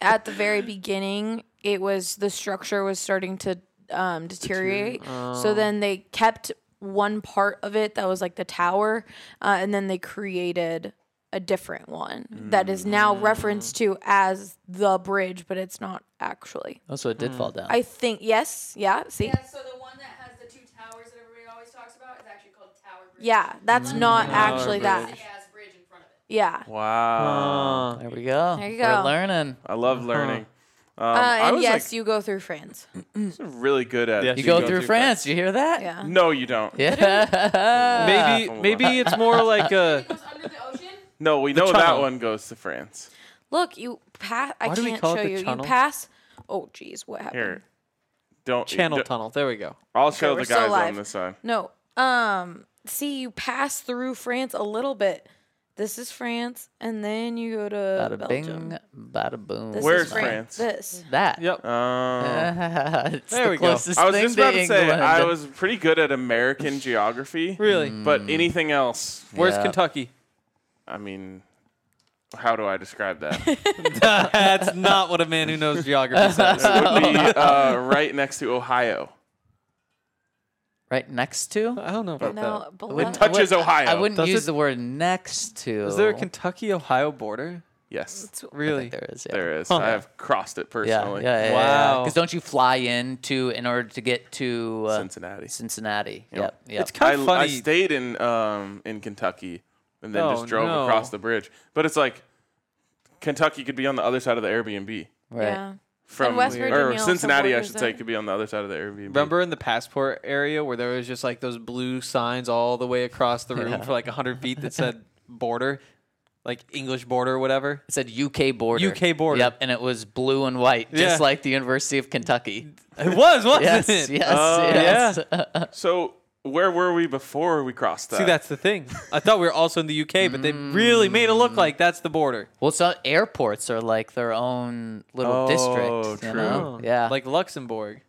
Speaker 5: at the very beginning. It was the structure was starting to um, deteriorate.
Speaker 2: Oh.
Speaker 5: So then they kept one part of it that was like the tower, uh, and then they created a different one that is now
Speaker 2: Mm.
Speaker 5: referenced to as the bridge, but it's not actually.
Speaker 3: Oh, so it
Speaker 4: hmm.
Speaker 3: did fall down.
Speaker 5: I think yes, yeah. See,
Speaker 6: Yeah, so the one that has the two towers that everybody always talks about is actually called Tower Bridge.
Speaker 5: yeah,
Speaker 2: Mm.
Speaker 5: that's not actually that.
Speaker 6: It has bridge in front of it.
Speaker 5: Yeah.
Speaker 2: Wow.
Speaker 3: there we go.
Speaker 5: There you
Speaker 3: We're
Speaker 5: go.
Speaker 3: learning.
Speaker 2: I love learning. Um,
Speaker 5: Uh-huh. Uh,
Speaker 2: I
Speaker 5: and
Speaker 2: was
Speaker 5: yes,
Speaker 2: like
Speaker 5: you go through France.
Speaker 2: really good at.
Speaker 4: Yes,
Speaker 3: You
Speaker 4: You
Speaker 3: go
Speaker 4: go
Speaker 3: through
Speaker 4: through
Speaker 3: France. You hear that?
Speaker 5: Yeah.
Speaker 2: No, you don't.
Speaker 3: Yeah.
Speaker 4: Maybe
Speaker 2: Ah.
Speaker 4: maybe it's more like a.
Speaker 6: It goes under the ocean.
Speaker 2: No, we know that
Speaker 4: tunnel.
Speaker 2: one goes to France.
Speaker 5: Look, you pass. I
Speaker 4: Why do we
Speaker 5: can't
Speaker 4: call it
Speaker 5: show
Speaker 4: the
Speaker 5: you. You
Speaker 4: tunnel?
Speaker 5: pass. Oh, jeez, what happened?
Speaker 2: Here, don't
Speaker 4: Channel
Speaker 2: don't-
Speaker 4: tunnel. There we go.
Speaker 2: I'll show
Speaker 5: we're
Speaker 2: the
Speaker 5: still
Speaker 2: guys on
Speaker 5: live.
Speaker 2: this side.
Speaker 5: No. Um. See, you pass through France a little bit. This is France, and then you go to
Speaker 3: Bada
Speaker 5: Belgium.
Speaker 3: bing, bada boom.
Speaker 5: This
Speaker 2: Where's
Speaker 5: is France?
Speaker 2: France?
Speaker 5: This.
Speaker 3: that?
Speaker 4: Yep.
Speaker 2: Um,
Speaker 3: it's
Speaker 4: There
Speaker 3: the
Speaker 4: we go.
Speaker 3: closest
Speaker 2: I was
Speaker 3: thing
Speaker 2: just about
Speaker 3: to
Speaker 2: to say
Speaker 3: England.
Speaker 2: I was pretty good at American geography,
Speaker 4: really? Hmm.
Speaker 2: but anything else,
Speaker 4: Where's
Speaker 3: Mm, Yeah.
Speaker 4: Kentucky?
Speaker 2: I mean, how do I describe that? it
Speaker 4: That's not what a man who knows geography says.
Speaker 2: would be uh, right next to Ohio.
Speaker 3: right next to.
Speaker 4: I don't know about
Speaker 5: No.
Speaker 4: that.
Speaker 5: below-
Speaker 3: Wouldn't-
Speaker 2: touches
Speaker 3: I wouldn't-
Speaker 2: Ohio.
Speaker 3: I wouldn't
Speaker 4: Does
Speaker 3: use
Speaker 4: it-
Speaker 3: the word next to.
Speaker 4: Is there a Kentucky Ohio border?
Speaker 2: Yes,
Speaker 3: I
Speaker 4: Really?
Speaker 3: think there is. Yeah.
Speaker 2: there is. I have crossed it
Speaker 3: Yeah,
Speaker 2: personally.
Speaker 3: yeah, yeah,
Speaker 4: Wow.
Speaker 3: Because don't you fly into in order to get to uh,
Speaker 2: Cincinnati.
Speaker 3: Cincinnati. Yep. yep.
Speaker 4: It's kind
Speaker 2: I,
Speaker 4: of
Speaker 2: I
Speaker 4: funny.
Speaker 2: stayed in um, in Kentucky and then
Speaker 4: Oh,
Speaker 2: just drove
Speaker 4: no.
Speaker 2: across the bridge. But it's like Kentucky could be on the other side of the Airbnb.
Speaker 3: right.
Speaker 5: Yeah.
Speaker 2: From
Speaker 5: And West
Speaker 2: or
Speaker 5: Virginia also
Speaker 2: Cincinnati, I
Speaker 5: borders
Speaker 2: should say,
Speaker 5: it.
Speaker 2: could be on the other side of the Airbnb.
Speaker 4: Remember in the passport area where there was just like those blue signs all the way across the room for like 100 feet that said border, like English border or whatever?
Speaker 3: It said UK border.
Speaker 4: UK border.
Speaker 3: Yep, and it was blue and white, just
Speaker 4: Yeah.
Speaker 3: like the University of Kentucky.
Speaker 4: It was, wasn't
Speaker 3: Yes,
Speaker 4: it?
Speaker 3: yes, yes.
Speaker 2: So where were we before we crossed that?
Speaker 4: See, that's the thing. I thought we were also in the UK, but they really made it
Speaker 3: Mm.
Speaker 4: look like that's the border.
Speaker 3: Well, so airports are like their own little
Speaker 2: Oh,
Speaker 3: district. You know?
Speaker 2: true.
Speaker 3: Yeah.
Speaker 4: Like Luxembourg.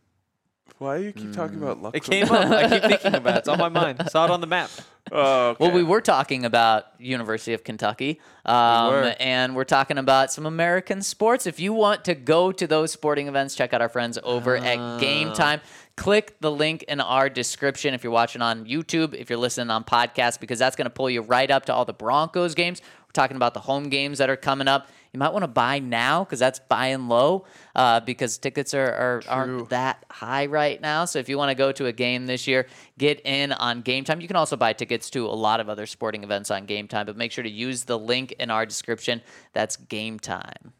Speaker 2: why do you keep talking about luck?
Speaker 4: Hmm. It came up. I keep thinking about it. It's on my mind. Saw it on the map.
Speaker 2: Oh, okay.
Speaker 3: Well, we were talking about University of Kentucky, um,
Speaker 4: were.
Speaker 3: and we're talking about some American sports. If you want to go to those sporting events, check out our friends over at Game Time. Click the link in our description if you're watching on YouTube, if you're listening on podcast, because that's going to pull you right up to all the Broncos games. We're talking about the home games that are coming up. You might want to buy now because that's buying low uh, because tickets are, are, aren't that high right now. So if you want to go to a game this year, get in on Game Time. You can also buy tickets to a lot of other sporting events on Game Time, but make sure to use the link in our description. That's Game Time.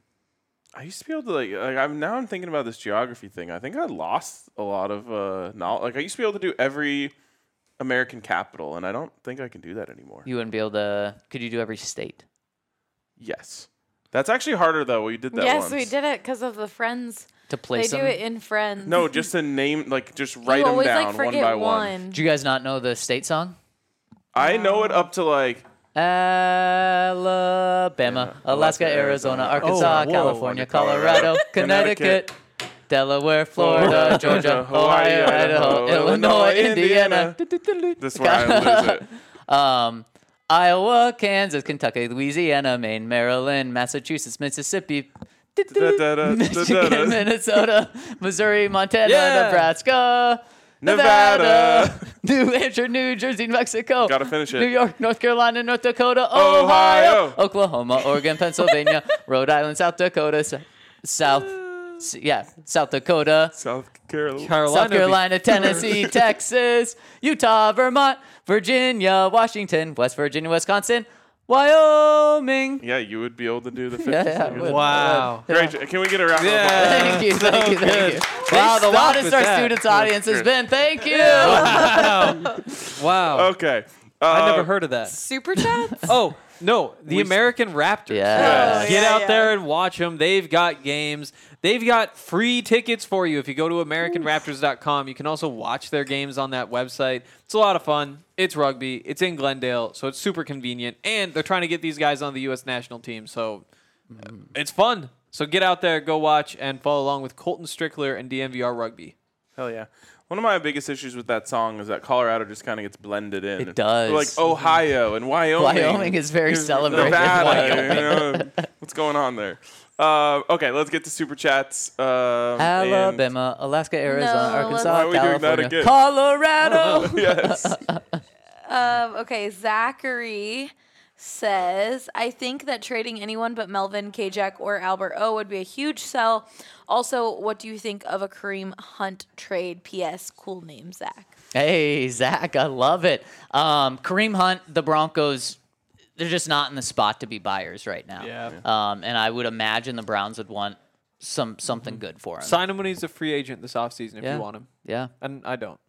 Speaker 2: I used to be able to like, like I'm now I'm thinking about this geography thing. I think I lost a lot of uh knowledge. Like I used to be able to do every American capital and I don't think I can do that anymore.
Speaker 3: You wouldn't be able to. Could you do every state?
Speaker 2: Yes. That's actually harder though. We did that
Speaker 5: Yes,
Speaker 2: once.
Speaker 5: we did it because of the friends.
Speaker 3: To
Speaker 5: They
Speaker 3: place
Speaker 5: do
Speaker 3: them?
Speaker 5: it in friends.
Speaker 2: No, just to name like just
Speaker 5: you
Speaker 2: write them
Speaker 5: always
Speaker 2: down
Speaker 5: like
Speaker 2: one
Speaker 5: forget
Speaker 2: by one.
Speaker 5: one.
Speaker 3: Did you guys not know the state song?
Speaker 2: I know it up to like
Speaker 3: Alabama, Alaska, Arizona, Arkansas,
Speaker 4: whoa.
Speaker 3: California, Colorado, Connecticut, Delaware, Florida,
Speaker 2: Florida,
Speaker 3: Georgia,
Speaker 2: Georgia,
Speaker 3: Ohio,
Speaker 2: Hawaii,
Speaker 3: Idaho,
Speaker 2: Idaho,
Speaker 3: Illinois,
Speaker 2: Illinois,
Speaker 3: Indiana,
Speaker 2: Indiana. this one. I lose it.
Speaker 3: um, Iowa, Kansas, Kentucky, Louisiana, Maine, Maryland, Massachusetts, Mississippi,
Speaker 2: Da-da-da, da-da-da.
Speaker 3: Michigan, Minnesota, Missouri, Montana,
Speaker 4: Yeah.
Speaker 3: Nebraska. Nevada,
Speaker 2: Nevada.
Speaker 3: New Hampshire, New Jersey, New Mexico.
Speaker 2: Gotta finish it.
Speaker 3: New York, North Carolina, North Dakota, Ohio,
Speaker 2: Ohio.
Speaker 3: Oklahoma, Oregon, Pennsylvania, Rhode Island, South Dakota, S- South, S- yeah, South Dakota,
Speaker 2: South Carolina.
Speaker 4: Carolina.
Speaker 3: South Carolina, Tennessee, Texas, Utah, Vermont, Virginia, Washington, West Virginia, Wisconsin, Wyoming.
Speaker 2: yeah, you would be able to do the 50
Speaker 3: Yeah, yeah, I would.
Speaker 4: Wow.
Speaker 2: Great. jo- Can we get a round of applause?
Speaker 4: Yeah.
Speaker 3: Thank you, thank you, thank you.
Speaker 4: They
Speaker 3: Wow, the
Speaker 4: stuck
Speaker 3: loudest
Speaker 4: with
Speaker 3: our
Speaker 4: that.
Speaker 3: students' audience has
Speaker 2: good.
Speaker 3: been. Thank you.
Speaker 4: Wow. wow.
Speaker 2: Okay. Uh,
Speaker 4: I Oh. never heard of that.
Speaker 5: super chats.
Speaker 4: Oh no, the
Speaker 2: We-
Speaker 4: American Raptors.
Speaker 3: Yeah.
Speaker 5: Oh,
Speaker 4: Get
Speaker 5: yeah,
Speaker 4: out
Speaker 5: yeah.
Speaker 4: there and watch them. They've got games. They've got free tickets for you if you go to AmericanRaptors.com. You can also watch their games on that website. It's a lot of fun. It's rugby. It's in Glendale, so it's super convenient. And they're trying to get these guys on the U.S. national team, so uh, it's fun. So get out there, go watch, and follow along with Colton Strickler and DNVR Rugby.
Speaker 2: Hell yeah. One of my biggest issues with that song is that Colorado just kind of gets blended in.
Speaker 3: It does.
Speaker 2: Like Ohio and Wyoming.
Speaker 3: Wyoming is very celebrated.
Speaker 2: Nevada.
Speaker 3: Wyoming.
Speaker 2: you know, what's going on there? Uh, okay, let's get to super chats. Um, and-
Speaker 3: Alabama, Alaska, Arizona,
Speaker 5: No,
Speaker 3: Arkansas,
Speaker 5: Why
Speaker 2: are we doing that
Speaker 3: California,
Speaker 2: again?
Speaker 3: Colorado.
Speaker 2: yes.
Speaker 5: Um, okay, Zachary says, I think that trading anyone but Melvin, Kajak, or Albert O would be a huge sell. Also, what do you think of a Kareem Hunt trade? P.S. Cool name, Zach.
Speaker 3: hey, Zach, I love it. Um, Kareem Hunt, the Broncos, they're just not in the spot to be buyers right now.
Speaker 4: Yeah.
Speaker 3: Um, and I would imagine the Browns would want some something
Speaker 2: Mm-hmm.
Speaker 3: good for him.
Speaker 4: Sign him when he's a free agent this offseason if
Speaker 3: Yeah.
Speaker 4: you want him.
Speaker 3: yeah.
Speaker 4: And I don't.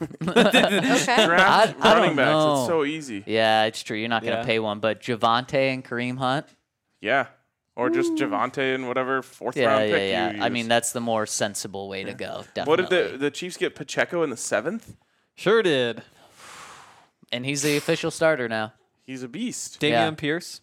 Speaker 5: Okay.
Speaker 2: Draft
Speaker 3: I
Speaker 2: running
Speaker 3: don't
Speaker 2: backs.
Speaker 3: know.
Speaker 2: It's so easy.
Speaker 3: Yeah, it's true. You're not going to
Speaker 4: Yeah.
Speaker 3: pay one, but Javante and Kareem Hunt.
Speaker 2: Yeah. Or just Javante and whatever fourth
Speaker 3: Hmm. Yeah,
Speaker 2: round
Speaker 3: yeah,
Speaker 2: pick
Speaker 3: yeah.
Speaker 2: you
Speaker 3: I
Speaker 2: use.
Speaker 3: mean, that's the more sensible way to go. Definitely.
Speaker 2: what did the the Chiefs get Pacheco in the seventh?
Speaker 4: Sure did.
Speaker 3: and he's the official starter now.
Speaker 2: He's a beast.
Speaker 4: Damian
Speaker 3: Yeah.
Speaker 4: Pierce.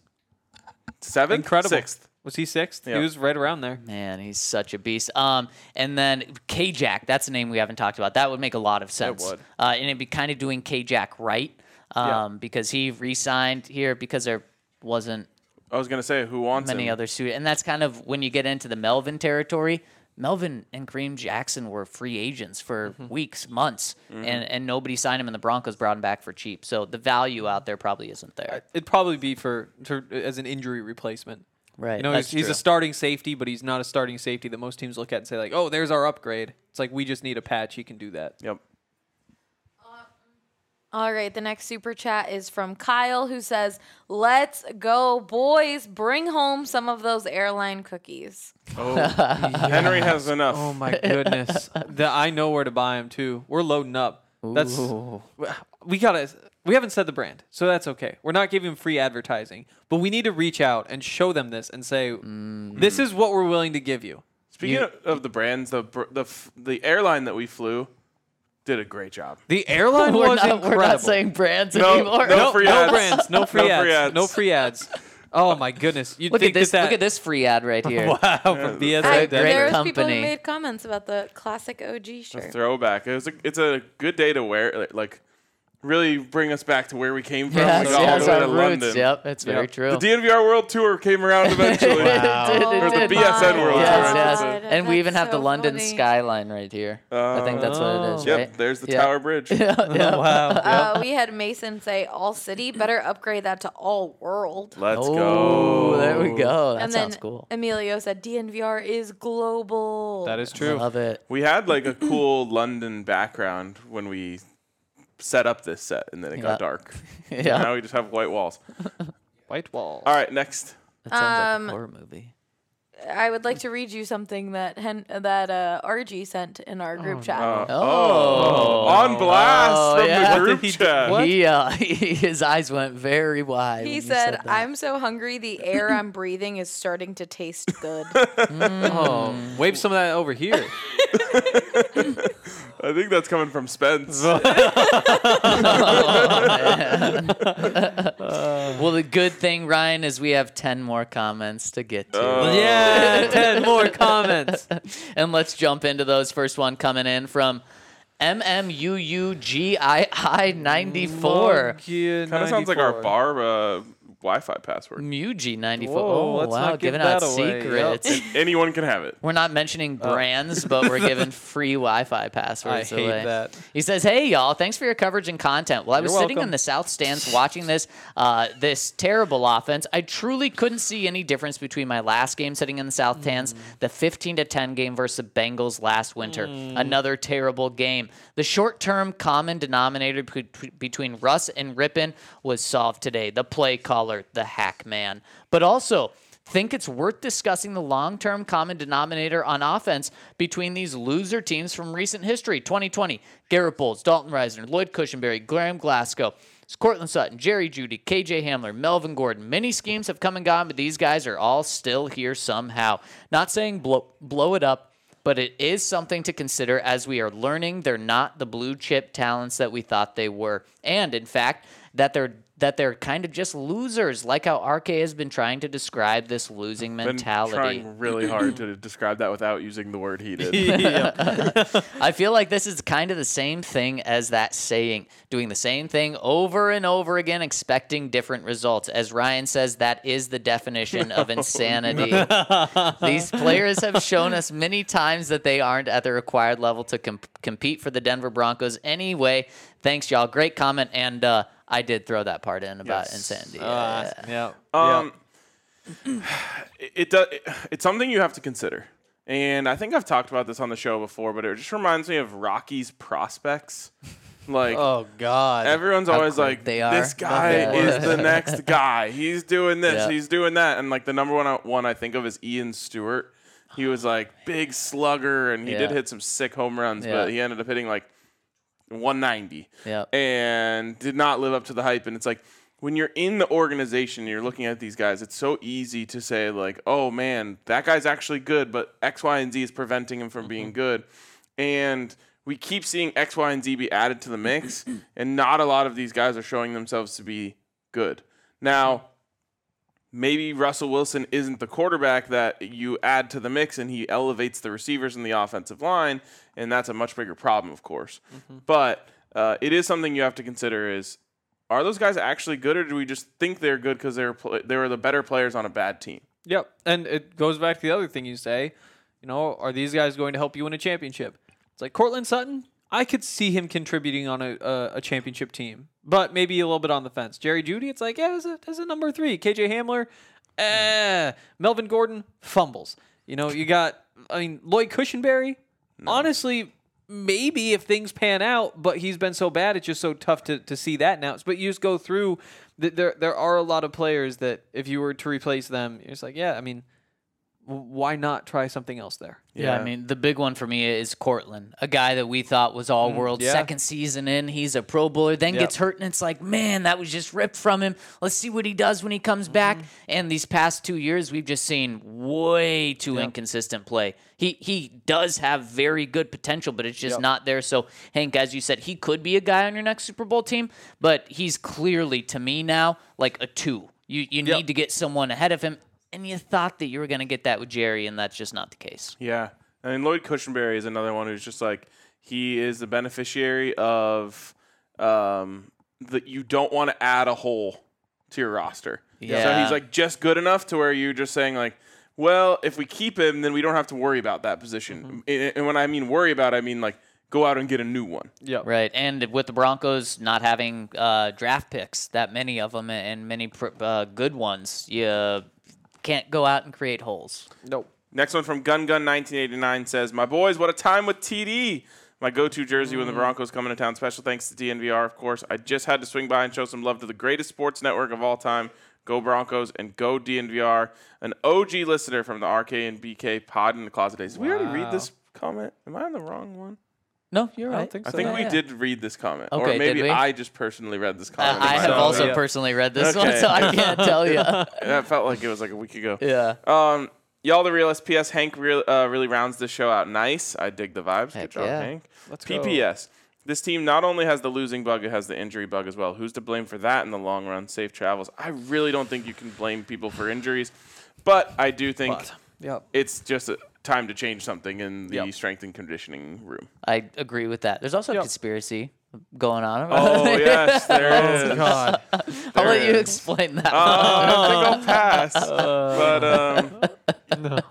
Speaker 2: Seventh,
Speaker 4: Incredible.
Speaker 2: sixth.
Speaker 4: Was he sixth?
Speaker 2: Yeah.
Speaker 4: He was right around there.
Speaker 3: Man, he's such a beast. Um, and then Kajak, that's a name we haven't talked about. That would make a lot of sense.
Speaker 2: would.
Speaker 3: Uh, and it'd be kind of doing Kajak right, um,
Speaker 2: Yeah.
Speaker 3: because he re-signed here because there wasn't
Speaker 2: I was gonna say who wants
Speaker 3: many
Speaker 2: him?
Speaker 3: other suit. And that's kind of when you get into the Melvin territory. Melvin and Kareem Jackson were free agents for
Speaker 4: Mm-hmm.
Speaker 3: weeks, months, and, and nobody signed him, and the Broncos brought him back for cheap. So the value out there probably isn't there.
Speaker 4: Uh, It'd probably be for, to as an injury replacement.
Speaker 3: Right,
Speaker 4: You know,
Speaker 3: that's
Speaker 4: he's, he's
Speaker 3: true.
Speaker 4: a starting safety, but he's not a starting safety that most teams look at and say like, "Oh, there's our upgrade." It's like we just need a patch. He can do that.
Speaker 2: Yep.
Speaker 5: All right, the next super chat is from Kyle who says, Let's go, boys. Bring home some of those airline cookies.
Speaker 2: Oh, Henry has enough.
Speaker 4: Oh my goodness! the, I know where to buy him too. We're loading up. That's we gotta. We haven't said the brand, so that's okay. We're not giving free advertising, but we need to reach out and show them this and say,
Speaker 3: Mm.
Speaker 4: "This is what we're willing to give you."
Speaker 2: Speaking of the brands, the br- the f- the airline that we flew did a great job.
Speaker 4: The airline
Speaker 3: we're,
Speaker 4: was
Speaker 3: not,
Speaker 4: incredible.
Speaker 3: we're not saying brands
Speaker 2: No,
Speaker 3: anymore.
Speaker 2: no
Speaker 4: no,
Speaker 2: free
Speaker 4: no
Speaker 2: ads.
Speaker 4: brands, no free,
Speaker 2: No
Speaker 4: ads,
Speaker 2: free
Speaker 4: no
Speaker 2: ads.
Speaker 4: free ads. Oh my goodness! You
Speaker 3: Look at
Speaker 4: think
Speaker 3: this!
Speaker 4: That,
Speaker 3: Look at this free ad right here.
Speaker 4: Wow, from BSA
Speaker 5: I,
Speaker 3: great
Speaker 4: Denver.
Speaker 5: there was people
Speaker 3: company.
Speaker 5: who made comments about the classic OG
Speaker 2: A
Speaker 5: shirt.
Speaker 2: throwback. It was a, it's a good day to wear. Like, really bring us back to where we came from.
Speaker 3: Yes,
Speaker 2: We got all
Speaker 3: yes,
Speaker 2: the way
Speaker 3: our
Speaker 2: to
Speaker 3: roots.
Speaker 2: London.
Speaker 3: Yep, that's very true.
Speaker 2: The DNVR World Tour came around eventually.
Speaker 3: It did,
Speaker 2: Or
Speaker 3: it
Speaker 2: the
Speaker 3: did.
Speaker 2: BSN World Tour,
Speaker 3: Yes,
Speaker 2: Oh, I
Speaker 3: yes.
Speaker 2: should
Speaker 5: say.
Speaker 3: And we
Speaker 5: That's
Speaker 3: even have the
Speaker 5: so
Speaker 3: London
Speaker 5: funny.
Speaker 3: skyline right here. I think that's what it is.
Speaker 2: Yep,
Speaker 3: right?
Speaker 2: there's the
Speaker 3: Yeah.
Speaker 2: Tower Bridge.
Speaker 4: Wow.
Speaker 5: Uh, we had Mason say all city. Better upgrade that to all world.
Speaker 2: Let's
Speaker 3: Oh,
Speaker 2: go.
Speaker 3: there we go. That
Speaker 5: and then
Speaker 3: sounds cool.
Speaker 5: Emilio said DNVR is global.
Speaker 4: That is true.
Speaker 3: Love it.
Speaker 2: We had like a cool London background when we set up this set, and then it
Speaker 3: Yeah.
Speaker 2: got dark.
Speaker 3: Yeah.
Speaker 2: Now we just have white walls.
Speaker 4: White wall.
Speaker 2: All right, next.
Speaker 3: That sounds
Speaker 5: Um,
Speaker 3: like a horror movie.
Speaker 5: I would like to read you something that Hen- that uh, RG sent in our group chat.
Speaker 4: Oh.
Speaker 3: Oh.
Speaker 2: On blast
Speaker 3: Oh,
Speaker 2: from
Speaker 3: yeah.
Speaker 2: the group
Speaker 4: What did he do?
Speaker 2: chat.
Speaker 4: What?
Speaker 3: He, uh, his eyes went very wide. when
Speaker 5: He
Speaker 3: you
Speaker 5: said,
Speaker 3: that.
Speaker 5: "I'm so hungry. The air I'm breathing is starting to taste good."
Speaker 4: Oh, wave some of that over here.
Speaker 2: I think that's coming from Spence. Uh,
Speaker 3: Oh, Well, the good thing, Ryan, is we have 10 more comments to get to.
Speaker 2: Oh.
Speaker 4: yeah, ten more comments.
Speaker 3: And let's jump into those. First one coming in from MMUUGII94.
Speaker 4: Kind
Speaker 2: Kind of sounds like our bar uh, Wi-Fi password.
Speaker 3: Muji94.
Speaker 4: Whoa,
Speaker 3: oh,
Speaker 4: let's
Speaker 3: wow.
Speaker 4: not give
Speaker 3: Giving out
Speaker 4: that away.
Speaker 3: secrets.
Speaker 4: Yep.
Speaker 2: Anyone can have it.
Speaker 3: We're not mentioning brands, but we're giving free Wi-Fi passwords
Speaker 4: Oh. I hate
Speaker 3: away.
Speaker 4: that.
Speaker 3: He says, "Hey y'all, thanks for your coverage and content. While I was sitting in
Speaker 4: welcome.
Speaker 3: the south stands watching this uh, this terrible offense, I truly couldn't see any difference between my last game sitting in the south
Speaker 4: Mm.
Speaker 3: stands, the 15 to 10 game versus the Bengals last winter,
Speaker 4: Mm.
Speaker 3: another terrible game. The short-term common denominator be- between Russ and Rippon was solved today. The play caller, the hack man, but also." think it's worth discussing the long term common denominator on offense between these loser teams from recent history 2020 Garrett Bowles, Dalton Reisner, Lloyd Cushenberry, Graham Glasgow. Cortland Sutton, Jerry Judy, KJ Hamler, Melvin Gordon. Many schemes have come and gone, but these guys are all still here somehow. Not saying blow, blow it up, but it is something to consider as we are learning they're not the blue chip talents that we thought they were. And in fact, that they're that they're kind of just losers, like how RK has been trying to describe this losing
Speaker 2: Been
Speaker 3: mentality.
Speaker 2: trying really hard to describe that without using the word heated.
Speaker 3: I feel like this is kind of the same thing as that saying, doing the same thing over and over again, expecting different results. As Ryan says, that is the definition of insanity. These players have shown us many times that they aren't at the required level to com- compete for the Denver Broncos anyway. Thanks, y'all. Great comment. And uh, I did throw that part in about insanity.
Speaker 4: Uh,
Speaker 3: Yeah.
Speaker 4: yeah.
Speaker 2: Um, it, it, do- it it's something you have to consider, and I think I've talked about this on the show before, but it just reminds me of Rocky's prospects. Like
Speaker 4: Oh God.
Speaker 2: everyone's always
Speaker 3: great
Speaker 2: like,
Speaker 3: they are,
Speaker 2: this
Speaker 3: what
Speaker 2: guy
Speaker 3: they
Speaker 2: is
Speaker 3: were."
Speaker 2: the next guy. He's doing this.
Speaker 3: Yeah.
Speaker 2: He's doing that. And like the number one uh, one I think of is Ian Stewart. He was like big slugger, and he did
Speaker 3: Yeah.
Speaker 2: hit some sick home runs,
Speaker 3: Yeah.
Speaker 2: but he ended up hitting like 190
Speaker 3: Yeah.
Speaker 2: and did not live up to the hype. And it's like when you're in the organization, you're looking at these guys, it's so easy to say, like, oh man, that guy's actually good, but X, Y, and Z is preventing him from being good. And we keep seeing X, Y, and Z be added to the mix, and not a lot of these guys are showing themselves to be good. Now, maybe Russell Wilson isn't the quarterback that you add to the mix and he elevates the receivers and the offensive line, and that's a much bigger problem, of course. But uh, it is something you have to consider: is are those guys actually good, or do we just think they're good because they were pl- they were the better players on a bad team?
Speaker 4: Yep. And it goes back to the other thing you say. You know, are these guys going to help you win a championship? It's like Cortland Sutton. I could see him contributing on a, a, a championship team, but maybe a little bit on the fence. Jerry Judy, it's like, yeah, as a, as a number three. KJ Hamler, eh. Melvin Gordon, fumbles. You know, you got, I mean, Lloyd Cushenberry, honestly, maybe if things pan out, but he's been so bad, it's just so tough to, to see that now. But you just go through, th- there, there are a lot of players that if you were to replace them, it's like, yeah, I mean, w- why not try something else there?
Speaker 3: Yeah,
Speaker 2: Yeah.
Speaker 3: I mean, the big one for me is Cortland, a guy that we thought was all world
Speaker 4: yeah.
Speaker 3: second season in. He's a pro bowler, then gets hurt, and it's like, man, that was just ripped from him. Let's see what he does when he comes back. And these past two years, we've just seen way too inconsistent play. He he does have very good potential, but it's just not there. So, Hank, as you said, he could be a guy on your next Super Bowl team, but he's clearly, to me now, like a two. You, you need to get someone ahead of him. And you thought that you were going to get that with Jerry, and that's just not the case.
Speaker 2: Yeah. I mean, Lloyd Cushenberry is another one who's just like, he is the beneficiary of um, that you don't want to add a hole to your roster. So
Speaker 3: Yeah.
Speaker 2: he's like just good enough to where you're just saying, like, well, if we keep him, then we don't have to worry about that position. And, and when I mean worry about, I mean like go out and get a new one.
Speaker 3: Right, and with the Broncos not having uh, draft picks, that many of them, and many pr- uh, good ones, you can't go out and create holes.
Speaker 4: Nope.
Speaker 2: Next one from Gun Gun 1989 says, "My boys, what a time with TD." My go-to jersey
Speaker 3: Mm.
Speaker 2: when the Broncos come into town. Special thanks to DNVR, of course. I just had to swing by and show some love to the greatest sports network of all time. Go Broncos and go DNVR. An OG listener from the RK and BK pod in the closet days. Did we already read this comment? Am I on the wrong one?
Speaker 3: No, you're right.
Speaker 4: think
Speaker 2: I think we
Speaker 3: yeah.
Speaker 2: did read this comment,
Speaker 3: Okay,
Speaker 2: or
Speaker 3: did
Speaker 2: maybe
Speaker 3: we?
Speaker 2: I just personally read this
Speaker 3: Uh,
Speaker 2: comment.
Speaker 3: I have
Speaker 2: myself.
Speaker 3: also
Speaker 4: yeah.
Speaker 3: personally read this one,
Speaker 2: Okay.
Speaker 3: so I can't tell you.
Speaker 2: That felt like it was like a week ago.
Speaker 3: Yeah.
Speaker 2: Um, y'all, the real SPS. Hank real, uh, really rounds this show out nice. I dig the vibes. Good
Speaker 3: Heck
Speaker 2: job,
Speaker 3: yeah.
Speaker 2: Hank. Let's PPS. This team not only has the losing bug, it has the injury bug as well. Who's to blame for that in the long run? Safe travels. I really don't think you can blame people for injuries, but I do think
Speaker 4: Yep.
Speaker 2: it's just a time to change something in the
Speaker 4: Yep.
Speaker 2: strength and conditioning room.
Speaker 3: I agree with that. There's also a conspiracy going on.
Speaker 2: Oh yes, there is.
Speaker 4: God.
Speaker 3: I'll let
Speaker 2: Oh, there
Speaker 3: you
Speaker 2: is.
Speaker 3: explain that.
Speaker 2: Uh, I think I'll pass. but um,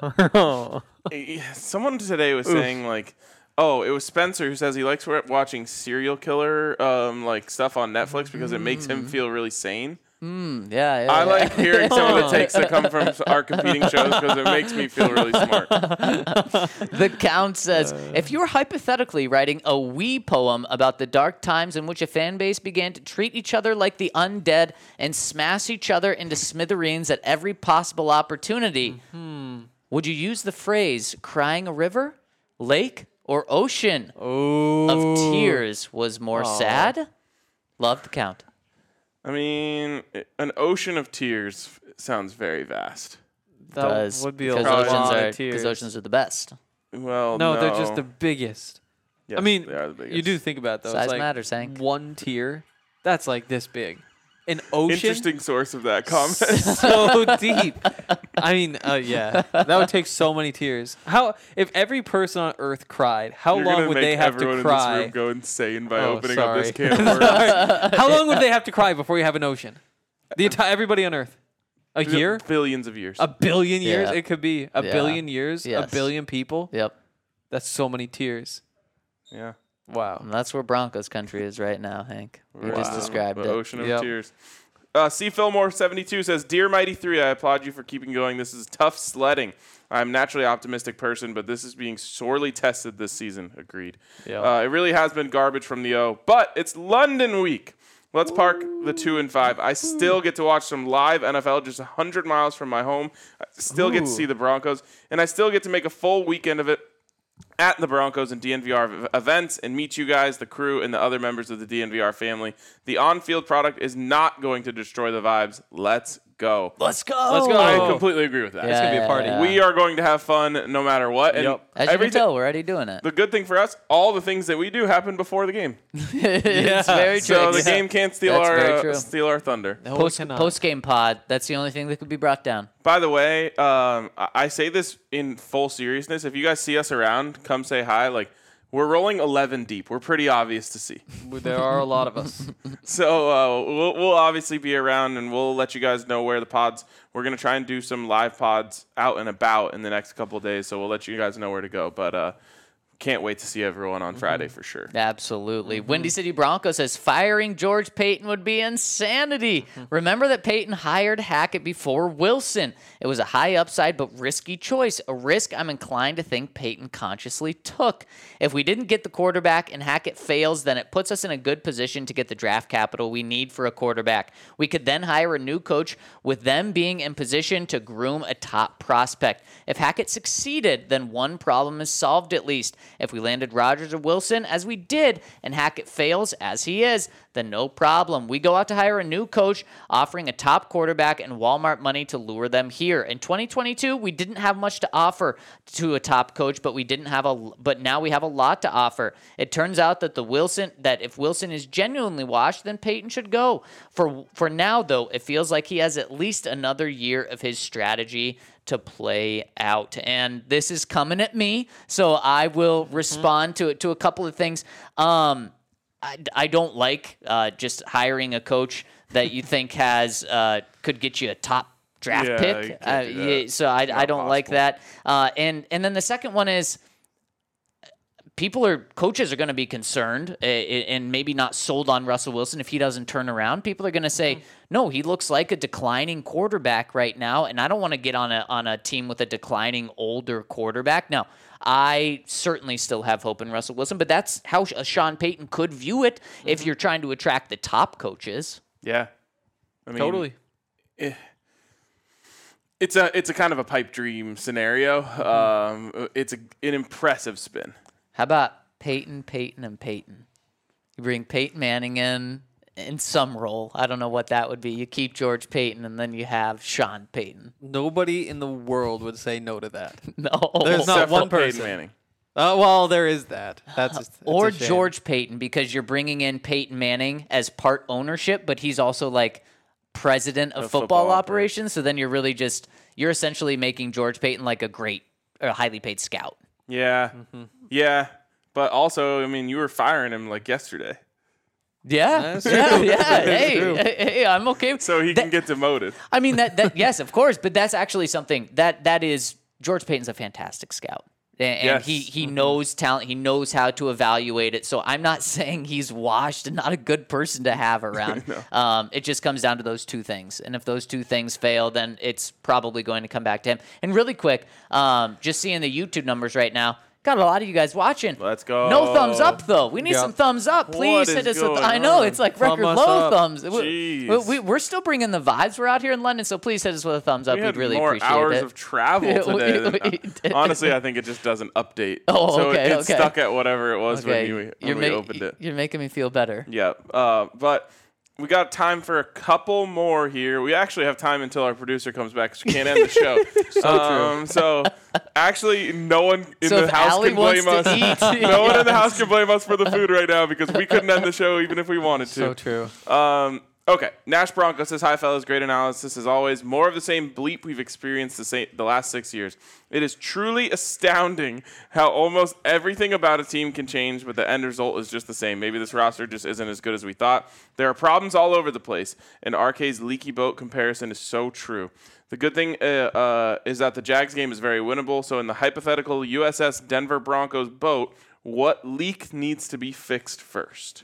Speaker 2: Eh, someone today was saying like, oh, it was Spencer who says he likes wa- watching serial killer um like stuff on Netflix because it makes
Speaker 4: Mm.
Speaker 2: him feel really sane.
Speaker 3: one. yeah, yeah,
Speaker 2: I
Speaker 3: yeah.
Speaker 2: like hearing some of the takes that come from s- our competing shows because it makes me feel really smart.
Speaker 3: The Count says
Speaker 4: Uh.
Speaker 3: If you were hypothetically writing a wee poem about the dark times in which a fan base began to treat each other like the undead and smash each other into smithereens at every possible opportunity,
Speaker 4: Mm-hmm.
Speaker 3: would you use the phrase crying a river, lake, or ocean of tears was more sad? Love the Count.
Speaker 2: I mean, i- an ocean of tears f- sounds very vast.
Speaker 4: That
Speaker 3: Does-
Speaker 4: would be a
Speaker 3: because
Speaker 4: lot
Speaker 3: oceans
Speaker 4: of
Speaker 3: are,
Speaker 4: tears.
Speaker 3: Because oceans are the best.
Speaker 2: Well, no,
Speaker 4: no, they're just the biggest.
Speaker 2: Yes,
Speaker 4: I mean,
Speaker 2: they are the
Speaker 4: you do
Speaker 2: biggest.
Speaker 4: think about those.
Speaker 3: Size
Speaker 4: like
Speaker 3: matters, Hank.
Speaker 4: One tier, that's like this big. an ocean.
Speaker 2: Interesting source of that comment.
Speaker 4: so deep. I mean, uh, yeah, that would take so many tears. How if every person on Earth cried, how
Speaker 2: You're
Speaker 4: long
Speaker 2: gonna
Speaker 4: would
Speaker 2: make
Speaker 4: they have
Speaker 2: everyone
Speaker 4: to cry?
Speaker 2: in this room go insane by
Speaker 4: Oh,
Speaker 2: opening up this
Speaker 4: sorry.
Speaker 2: can of worms.
Speaker 4: how long would they have to cry before you have an ocean? The entire everybody on Earth, a year,
Speaker 2: Billions of years.
Speaker 4: a billion years.
Speaker 3: Yeah.
Speaker 4: It could be a
Speaker 3: Yeah.
Speaker 4: billion years,
Speaker 3: Yes.
Speaker 4: a billion people.
Speaker 3: Yep.
Speaker 4: That's so many tears.
Speaker 2: yeah.
Speaker 4: Wow.
Speaker 3: And that's where Broncos country is right now, Hank. You just
Speaker 2: Wow.
Speaker 3: described
Speaker 2: the
Speaker 3: it.
Speaker 2: ocean of
Speaker 4: Yep.
Speaker 2: tears. Uh, C. Fillmore seventy two says, "Dear Mighty Three, I applaud you for keeping going. This is tough sledding. I'm a naturally optimistic person, but this is being sorely tested this season. Agreed. Uh, it really has been garbage from the O, but it's London week. Let's park the two and five. I still get to watch some live NFL just 100 miles from my home. I still get to see the Broncos, and I still get to make a full weekend of it at the Broncos and DNVR ev- events and meet you guys, the crew, and the other members of the DNVR family. The on field product is not going to destroy the vibes. Let's go.
Speaker 3: Let's go.
Speaker 4: Let's go.
Speaker 2: I completely agree with that.
Speaker 3: It's gonna be a party. Oh. yeah, yeah.
Speaker 2: We are going to have fun no matter what. And
Speaker 4: Yep.
Speaker 3: As you can
Speaker 2: everything-
Speaker 3: tell, we're already doing it.
Speaker 2: the good thing for us, all the things that we do happen before the game.
Speaker 3: it's very true.
Speaker 2: So the game can't steal
Speaker 3: That's
Speaker 2: our
Speaker 3: very
Speaker 2: uh,
Speaker 3: true.
Speaker 2: steal our thunder.
Speaker 3: Post,
Speaker 4: cannot.
Speaker 3: post game pod. That's the only thing that could be brought down.
Speaker 2: By the way, um, I-, I say this in full seriousness. If you guys see us around, come say hi. Like we're rolling 11 deep. We're pretty obvious to see.
Speaker 4: There are a lot of us.
Speaker 2: So uh, we'll, we'll obviously be around, and we'll let you guys know where the pods. We're gonna try and do some live pods out and about in the next couple of days. So we'll let you guys know where to go. But uh, can't wait to see everyone on Friday
Speaker 4: Mm-hmm.
Speaker 2: for sure.
Speaker 3: Absolutely. Windy City Bronco says firing George Payton would be insanity. Remember that Payton hired Hackett before Wilson. It was a high upside but risky choice, a risk I'm inclined to think Payton consciously took. If we didn't get the quarterback and Hackett fails, then it puts us in a good position to get the draft capital we need for a quarterback. We could then hire a new coach with them being in position to groom a top prospect. If Hackett succeeded, then one problem is solved at least. If we landed Rodgers or Wilson, as we did, and Hackett fails, as he is, then no problem. We go out to hire a new coach, offering a top quarterback and Walmart money to lure them here. In 2022, we didn't have much to offer to a top coach, but we didn't have a, but now we have a lot to offer. It turns out that the Wilson, that if Wilson is genuinely washed, then Peyton should go. For for now, though, it feels like he has at least another year of his strategy to play out. And this is coming at me, so I will
Speaker 2: Mm-hmm.
Speaker 3: respond to it to a couple of things. Um, I, I don't like uh, just hiring a coach that you think has uh, could get you a top draft
Speaker 2: Yeah, you
Speaker 3: pick.
Speaker 2: can't do
Speaker 3: Uh,
Speaker 2: that.
Speaker 3: yeah, so I, I don't like
Speaker 2: possible.
Speaker 3: that. Uh, and and then the second one is people are coaches are going to be concerned a- a- and maybe not sold on Russell Wilson if he doesn't turn around. People are going to say, "No, he looks like a declining quarterback right now, and I don't want to get on a on a team with a declining older quarterback." Now, I certainly still have hope in Russell Wilson, but that's how Sh- Sean Payton could view it if you're trying to attract the top coaches.
Speaker 2: Yeah, I mean,
Speaker 4: totally.
Speaker 2: It's a it's a kind of a pipe dream scenario.
Speaker 4: Mm-hmm.
Speaker 2: Um, it's a, an impressive spin.
Speaker 3: How about Peyton, Peyton, and Peyton? You bring Peyton Manning in in some role. I don't know what that would be. You keep George Payton, and then you have Sean Payton.
Speaker 4: Nobody in the world would say no to that.
Speaker 3: No,
Speaker 4: There's not
Speaker 2: Except for
Speaker 4: one
Speaker 2: Peyton
Speaker 4: person.
Speaker 2: Manning.
Speaker 4: Uh, well, there is that. That's just, it's
Speaker 3: or
Speaker 4: a shame.
Speaker 3: George Payton because you're bringing in Peyton Manning as part ownership, but he's also like president of, football,
Speaker 2: football
Speaker 3: operations. So then you're really just you're essentially making George Payton like a great or a highly paid scout.
Speaker 2: Yeah,
Speaker 4: Mm-hmm.
Speaker 2: yeah. But also, I mean, you were firing him like yesterday,
Speaker 3: Yeah, yeah, yeah. Hey, hey, hey, I'm okay. with-
Speaker 2: so he
Speaker 3: That-
Speaker 2: can get demoted.
Speaker 3: I mean that that yes, of course, but that's actually something that that is George Payton's a fantastic scout. A- And,
Speaker 2: Yes. Mm-hmm.
Speaker 3: he he knows talent, he knows how to evaluate it. So I'm not saying he's washed and not a good person to have around. um, it just comes down to those two things. And if those two things fail, then it's probably going to come back to him. And really quick, um, just seeing the YouTube numbers right now. Got a lot of you guys watching.
Speaker 2: Let's go.
Speaker 3: No thumbs up though. We need
Speaker 4: Yeah.
Speaker 3: some thumbs up. Please
Speaker 2: What
Speaker 3: hit
Speaker 2: is
Speaker 3: us. With,
Speaker 2: going
Speaker 3: I know
Speaker 2: on?
Speaker 3: it's like
Speaker 4: Thumb
Speaker 3: record
Speaker 4: us
Speaker 3: low
Speaker 4: up.
Speaker 3: thumbs. We,
Speaker 2: Jeez.
Speaker 3: we- we, we're still bringing the vibes. We're out here in London, so please hit us with a thumbs up.
Speaker 2: We
Speaker 3: We would
Speaker 2: had
Speaker 3: really
Speaker 2: more
Speaker 3: appreciate
Speaker 2: hours
Speaker 3: it.
Speaker 2: of travel
Speaker 3: We-
Speaker 2: today.
Speaker 3: we-
Speaker 2: than- uh,
Speaker 3: we did.
Speaker 2: honestly, I think it just doesn't update.
Speaker 3: Oh,
Speaker 2: so
Speaker 3: okay,
Speaker 2: it's
Speaker 3: okay.
Speaker 2: stuck at whatever it was when, you, when
Speaker 3: you're
Speaker 2: we
Speaker 3: ma-
Speaker 2: opened it.
Speaker 3: You're making me feel better.
Speaker 2: Yeah, uh, but we got time for a couple more here. We actually have time until our producer comes back 'cause we can't end the show. so true. So actually, no one in
Speaker 3: So
Speaker 2: the
Speaker 3: if
Speaker 2: house
Speaker 3: Allie
Speaker 2: can
Speaker 3: wants
Speaker 2: blame
Speaker 3: to
Speaker 2: us.
Speaker 3: eat,
Speaker 2: No one in the house can blame us for the food right now because we couldn't end the show even if we wanted to.
Speaker 4: So true.
Speaker 2: Um, Okay. Nash Bronco says, Hi, fellas. Great analysis as always. More of the same bleep we've experienced the, same, the last six years. It is truly astounding how almost everything about a team can change, but the end result is just the same. Maybe this roster just isn't as good as we thought. There are problems all over the place, and RK's leaky boat comparison is so true. The good thing uh, uh, is that the Jags game is very winnable, so in the hypothetical USS Denver Broncos boat, what leak needs to be fixed first?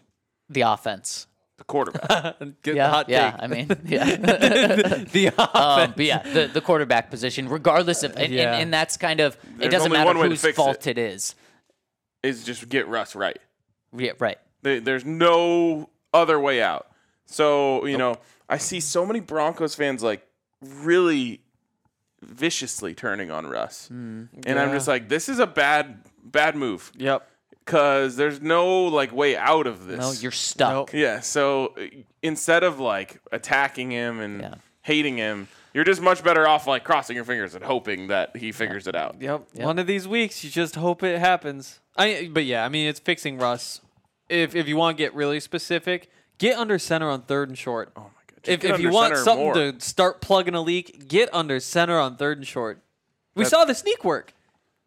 Speaker 3: The offense.
Speaker 2: The quarterback.
Speaker 4: Get
Speaker 3: Yeah,
Speaker 4: the hot
Speaker 3: yeah.
Speaker 4: take.
Speaker 3: I mean, yeah.
Speaker 4: the
Speaker 3: Um, but yeah, the, the quarterback position, regardless of, and,
Speaker 4: Yeah.
Speaker 3: and, and that's kind of, it
Speaker 2: There's
Speaker 3: doesn't
Speaker 2: only
Speaker 3: matter
Speaker 2: one way to
Speaker 3: whose
Speaker 2: fix
Speaker 3: fault it is.
Speaker 2: is just get Russ right.
Speaker 3: Yeah, right.
Speaker 2: They, there's no other way out. So, you know, I see so many Broncos fans like really viciously turning on Russ.
Speaker 4: Hmm.
Speaker 2: and I'm just like, this is a bad, bad move
Speaker 4: yep.
Speaker 2: because there's no like way out of this.
Speaker 3: No, you're stuck.
Speaker 2: Yeah. So uh, instead of like attacking him and
Speaker 3: Yeah.
Speaker 2: hating him, you're just much better off like crossing your fingers and hoping that he figures it out.
Speaker 4: Yep. One of these weeks, you just hope it happens. I. But yeah, I mean, it's fixing Russ. If if you want to get really specific, get under center on third and short. Oh my god. If,
Speaker 2: get
Speaker 4: if you
Speaker 2: under
Speaker 4: want
Speaker 2: center
Speaker 4: something
Speaker 2: more.
Speaker 4: to start plugging a leak, get under center on third and short. We saw the sneak work.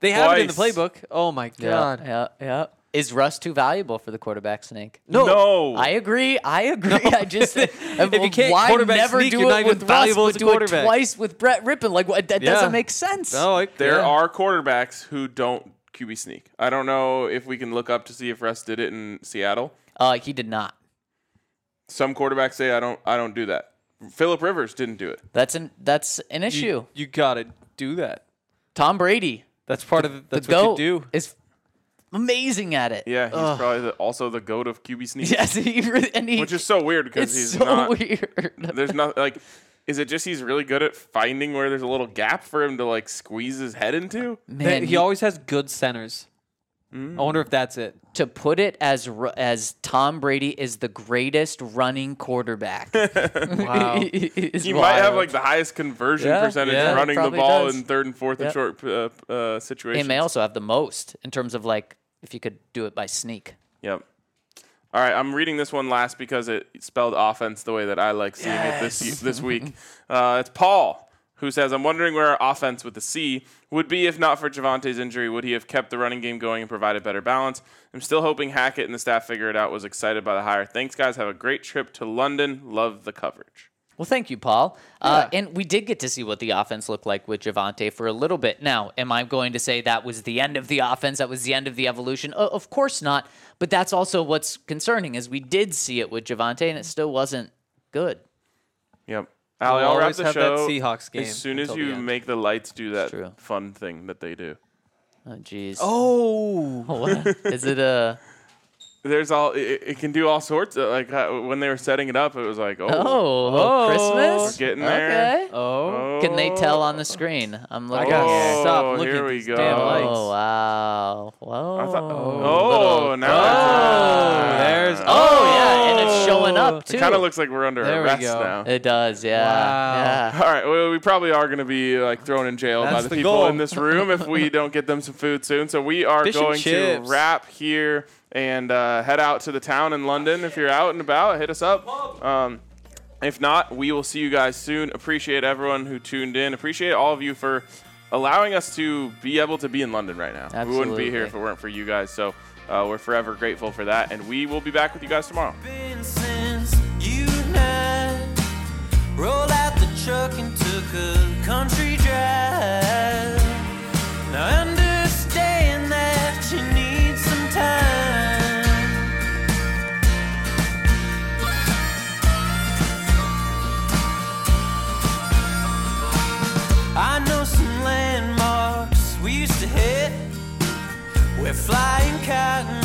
Speaker 4: They have it in the
Speaker 2: Twice.
Speaker 4: playbook. Oh my god.
Speaker 3: Yeah, yeah, yeah. Is Russ too valuable for the quarterback snake?
Speaker 4: No.
Speaker 2: No.
Speaker 3: I agree. I agree. I just if
Speaker 4: you can't
Speaker 3: why
Speaker 4: quarterback
Speaker 3: never
Speaker 4: sneak,
Speaker 3: do
Speaker 4: you're
Speaker 3: it
Speaker 4: not even
Speaker 3: with Russ,
Speaker 4: valuable
Speaker 3: but
Speaker 4: as a
Speaker 3: do it
Speaker 4: quarterback.
Speaker 3: twice with Brett Rippon. Like what- that
Speaker 4: Yeah.
Speaker 3: doesn't make sense.
Speaker 4: No, Oh, I-
Speaker 2: There
Speaker 4: yeah.
Speaker 2: are quarterbacks who don't QB sneak. I don't know if we can look up to see if Russ did it in Seattle.
Speaker 3: Uh, he did not.
Speaker 2: Some quarterbacks say I don't I don't do that. Philip Rivers didn't do it.
Speaker 3: That's an that's an issue.
Speaker 4: You, you gotta do that.
Speaker 3: Tom Brady,
Speaker 4: That's part of that's
Speaker 3: the
Speaker 4: what
Speaker 3: goat,
Speaker 4: you do.
Speaker 3: is amazing at it.
Speaker 2: Yeah, he's probably the, also the goat of QB sneak.
Speaker 3: Yes, he really, and he,
Speaker 2: Which is so weird because
Speaker 3: it's
Speaker 2: he's
Speaker 3: so
Speaker 2: not
Speaker 3: weird.
Speaker 2: there's not like is it just he's really good at finding where there's a little gap for him to like squeeze his head into?
Speaker 4: They-
Speaker 3: Man,
Speaker 4: he always has good centers. I wonder if that's it.
Speaker 3: to put it as r- as Tom Brady is the greatest running quarterback.
Speaker 4: Wow.
Speaker 2: He might have like the highest conversion
Speaker 3: Yeah,
Speaker 2: percentage
Speaker 3: yeah,
Speaker 2: running the
Speaker 3: probably
Speaker 2: ball
Speaker 3: does.
Speaker 2: in third and fourth and
Speaker 3: Yep.
Speaker 2: short uh, uh, situations.
Speaker 3: It may also have the most in terms of like if you could do it by sneak.
Speaker 2: Yep. All right, I'm reading this one last because it spelled offense the way that I like seeing it this this week. Uh, it's Paul who says, "I'm wondering where our offense with the C would be if not for Javante's injury. Would he have kept the running game going and provided better balance? I'm still hoping Hackett and the staff figure it out. Was excited by the hire. Thanks, guys. Have a great trip to London. Love the coverage.
Speaker 3: Well, thank you, Paul. Uh, and we did get to see what the offense looked like with Javante for a little bit. Now, am I going to say that was the end of the offense? That was the end of the evolution? O- of course not. But that's also what's concerning is we did see it with Javante, and it still wasn't good.
Speaker 2: Yep. Ali,
Speaker 4: We'll
Speaker 2: I'll wrap
Speaker 4: always
Speaker 2: the
Speaker 4: have that
Speaker 2: show
Speaker 4: Seahawks game
Speaker 2: as soon as
Speaker 4: until the
Speaker 2: you
Speaker 4: end.
Speaker 2: make the lights do
Speaker 3: true.
Speaker 2: that fun thing that they do.
Speaker 3: Oh, jeez.
Speaker 4: Oh.
Speaker 3: What? is it a?
Speaker 2: There's all it, it it can do all sorts of like uh, when they were setting it up, it was like
Speaker 3: Oh,
Speaker 4: Oh.
Speaker 3: Christmas.
Speaker 2: We're getting there.
Speaker 3: Okay.
Speaker 4: Oh.
Speaker 3: Can they tell on the screen? I'm looking.
Speaker 4: gotta
Speaker 3: here.
Speaker 2: Oh,
Speaker 4: stop looking
Speaker 2: here
Speaker 4: at
Speaker 2: we
Speaker 4: these
Speaker 2: go.
Speaker 4: damn lights.
Speaker 3: Oh wow! Whoa!
Speaker 2: I thought-
Speaker 3: Little-
Speaker 2: oh, now
Speaker 4: Oh, there's.
Speaker 3: Oh, yeah, and it's showing up too.
Speaker 2: it kind of looks like we're under
Speaker 4: There we
Speaker 2: arrest
Speaker 4: go.
Speaker 2: now.
Speaker 3: It does, yeah.
Speaker 4: Wow.
Speaker 3: yeah.
Speaker 2: all right, well, we probably are going to be like thrown in jail by
Speaker 4: That's
Speaker 2: the,
Speaker 4: the
Speaker 2: people
Speaker 4: goal.
Speaker 2: in this room if we don't get them some food soon. So we are
Speaker 4: Fish and
Speaker 2: going to
Speaker 4: chips.
Speaker 2: wrap here and uh, head out to the town in London. If you're out and about, hit us up. Um, If not, we will see you guys soon. Appreciate everyone who tuned in. Appreciate all of you for allowing us to be able to be in London right now. We wouldn't be here
Speaker 3: Absolutely.
Speaker 2: if it weren't for you guys. So uh, we're forever grateful for that. And we will be back with you guys tomorrow.
Speaker 1: been since you and I rolled out the truck and took a country drive. Now I understand that you need some time. I know some landmarks we used to hit. We're flying cotton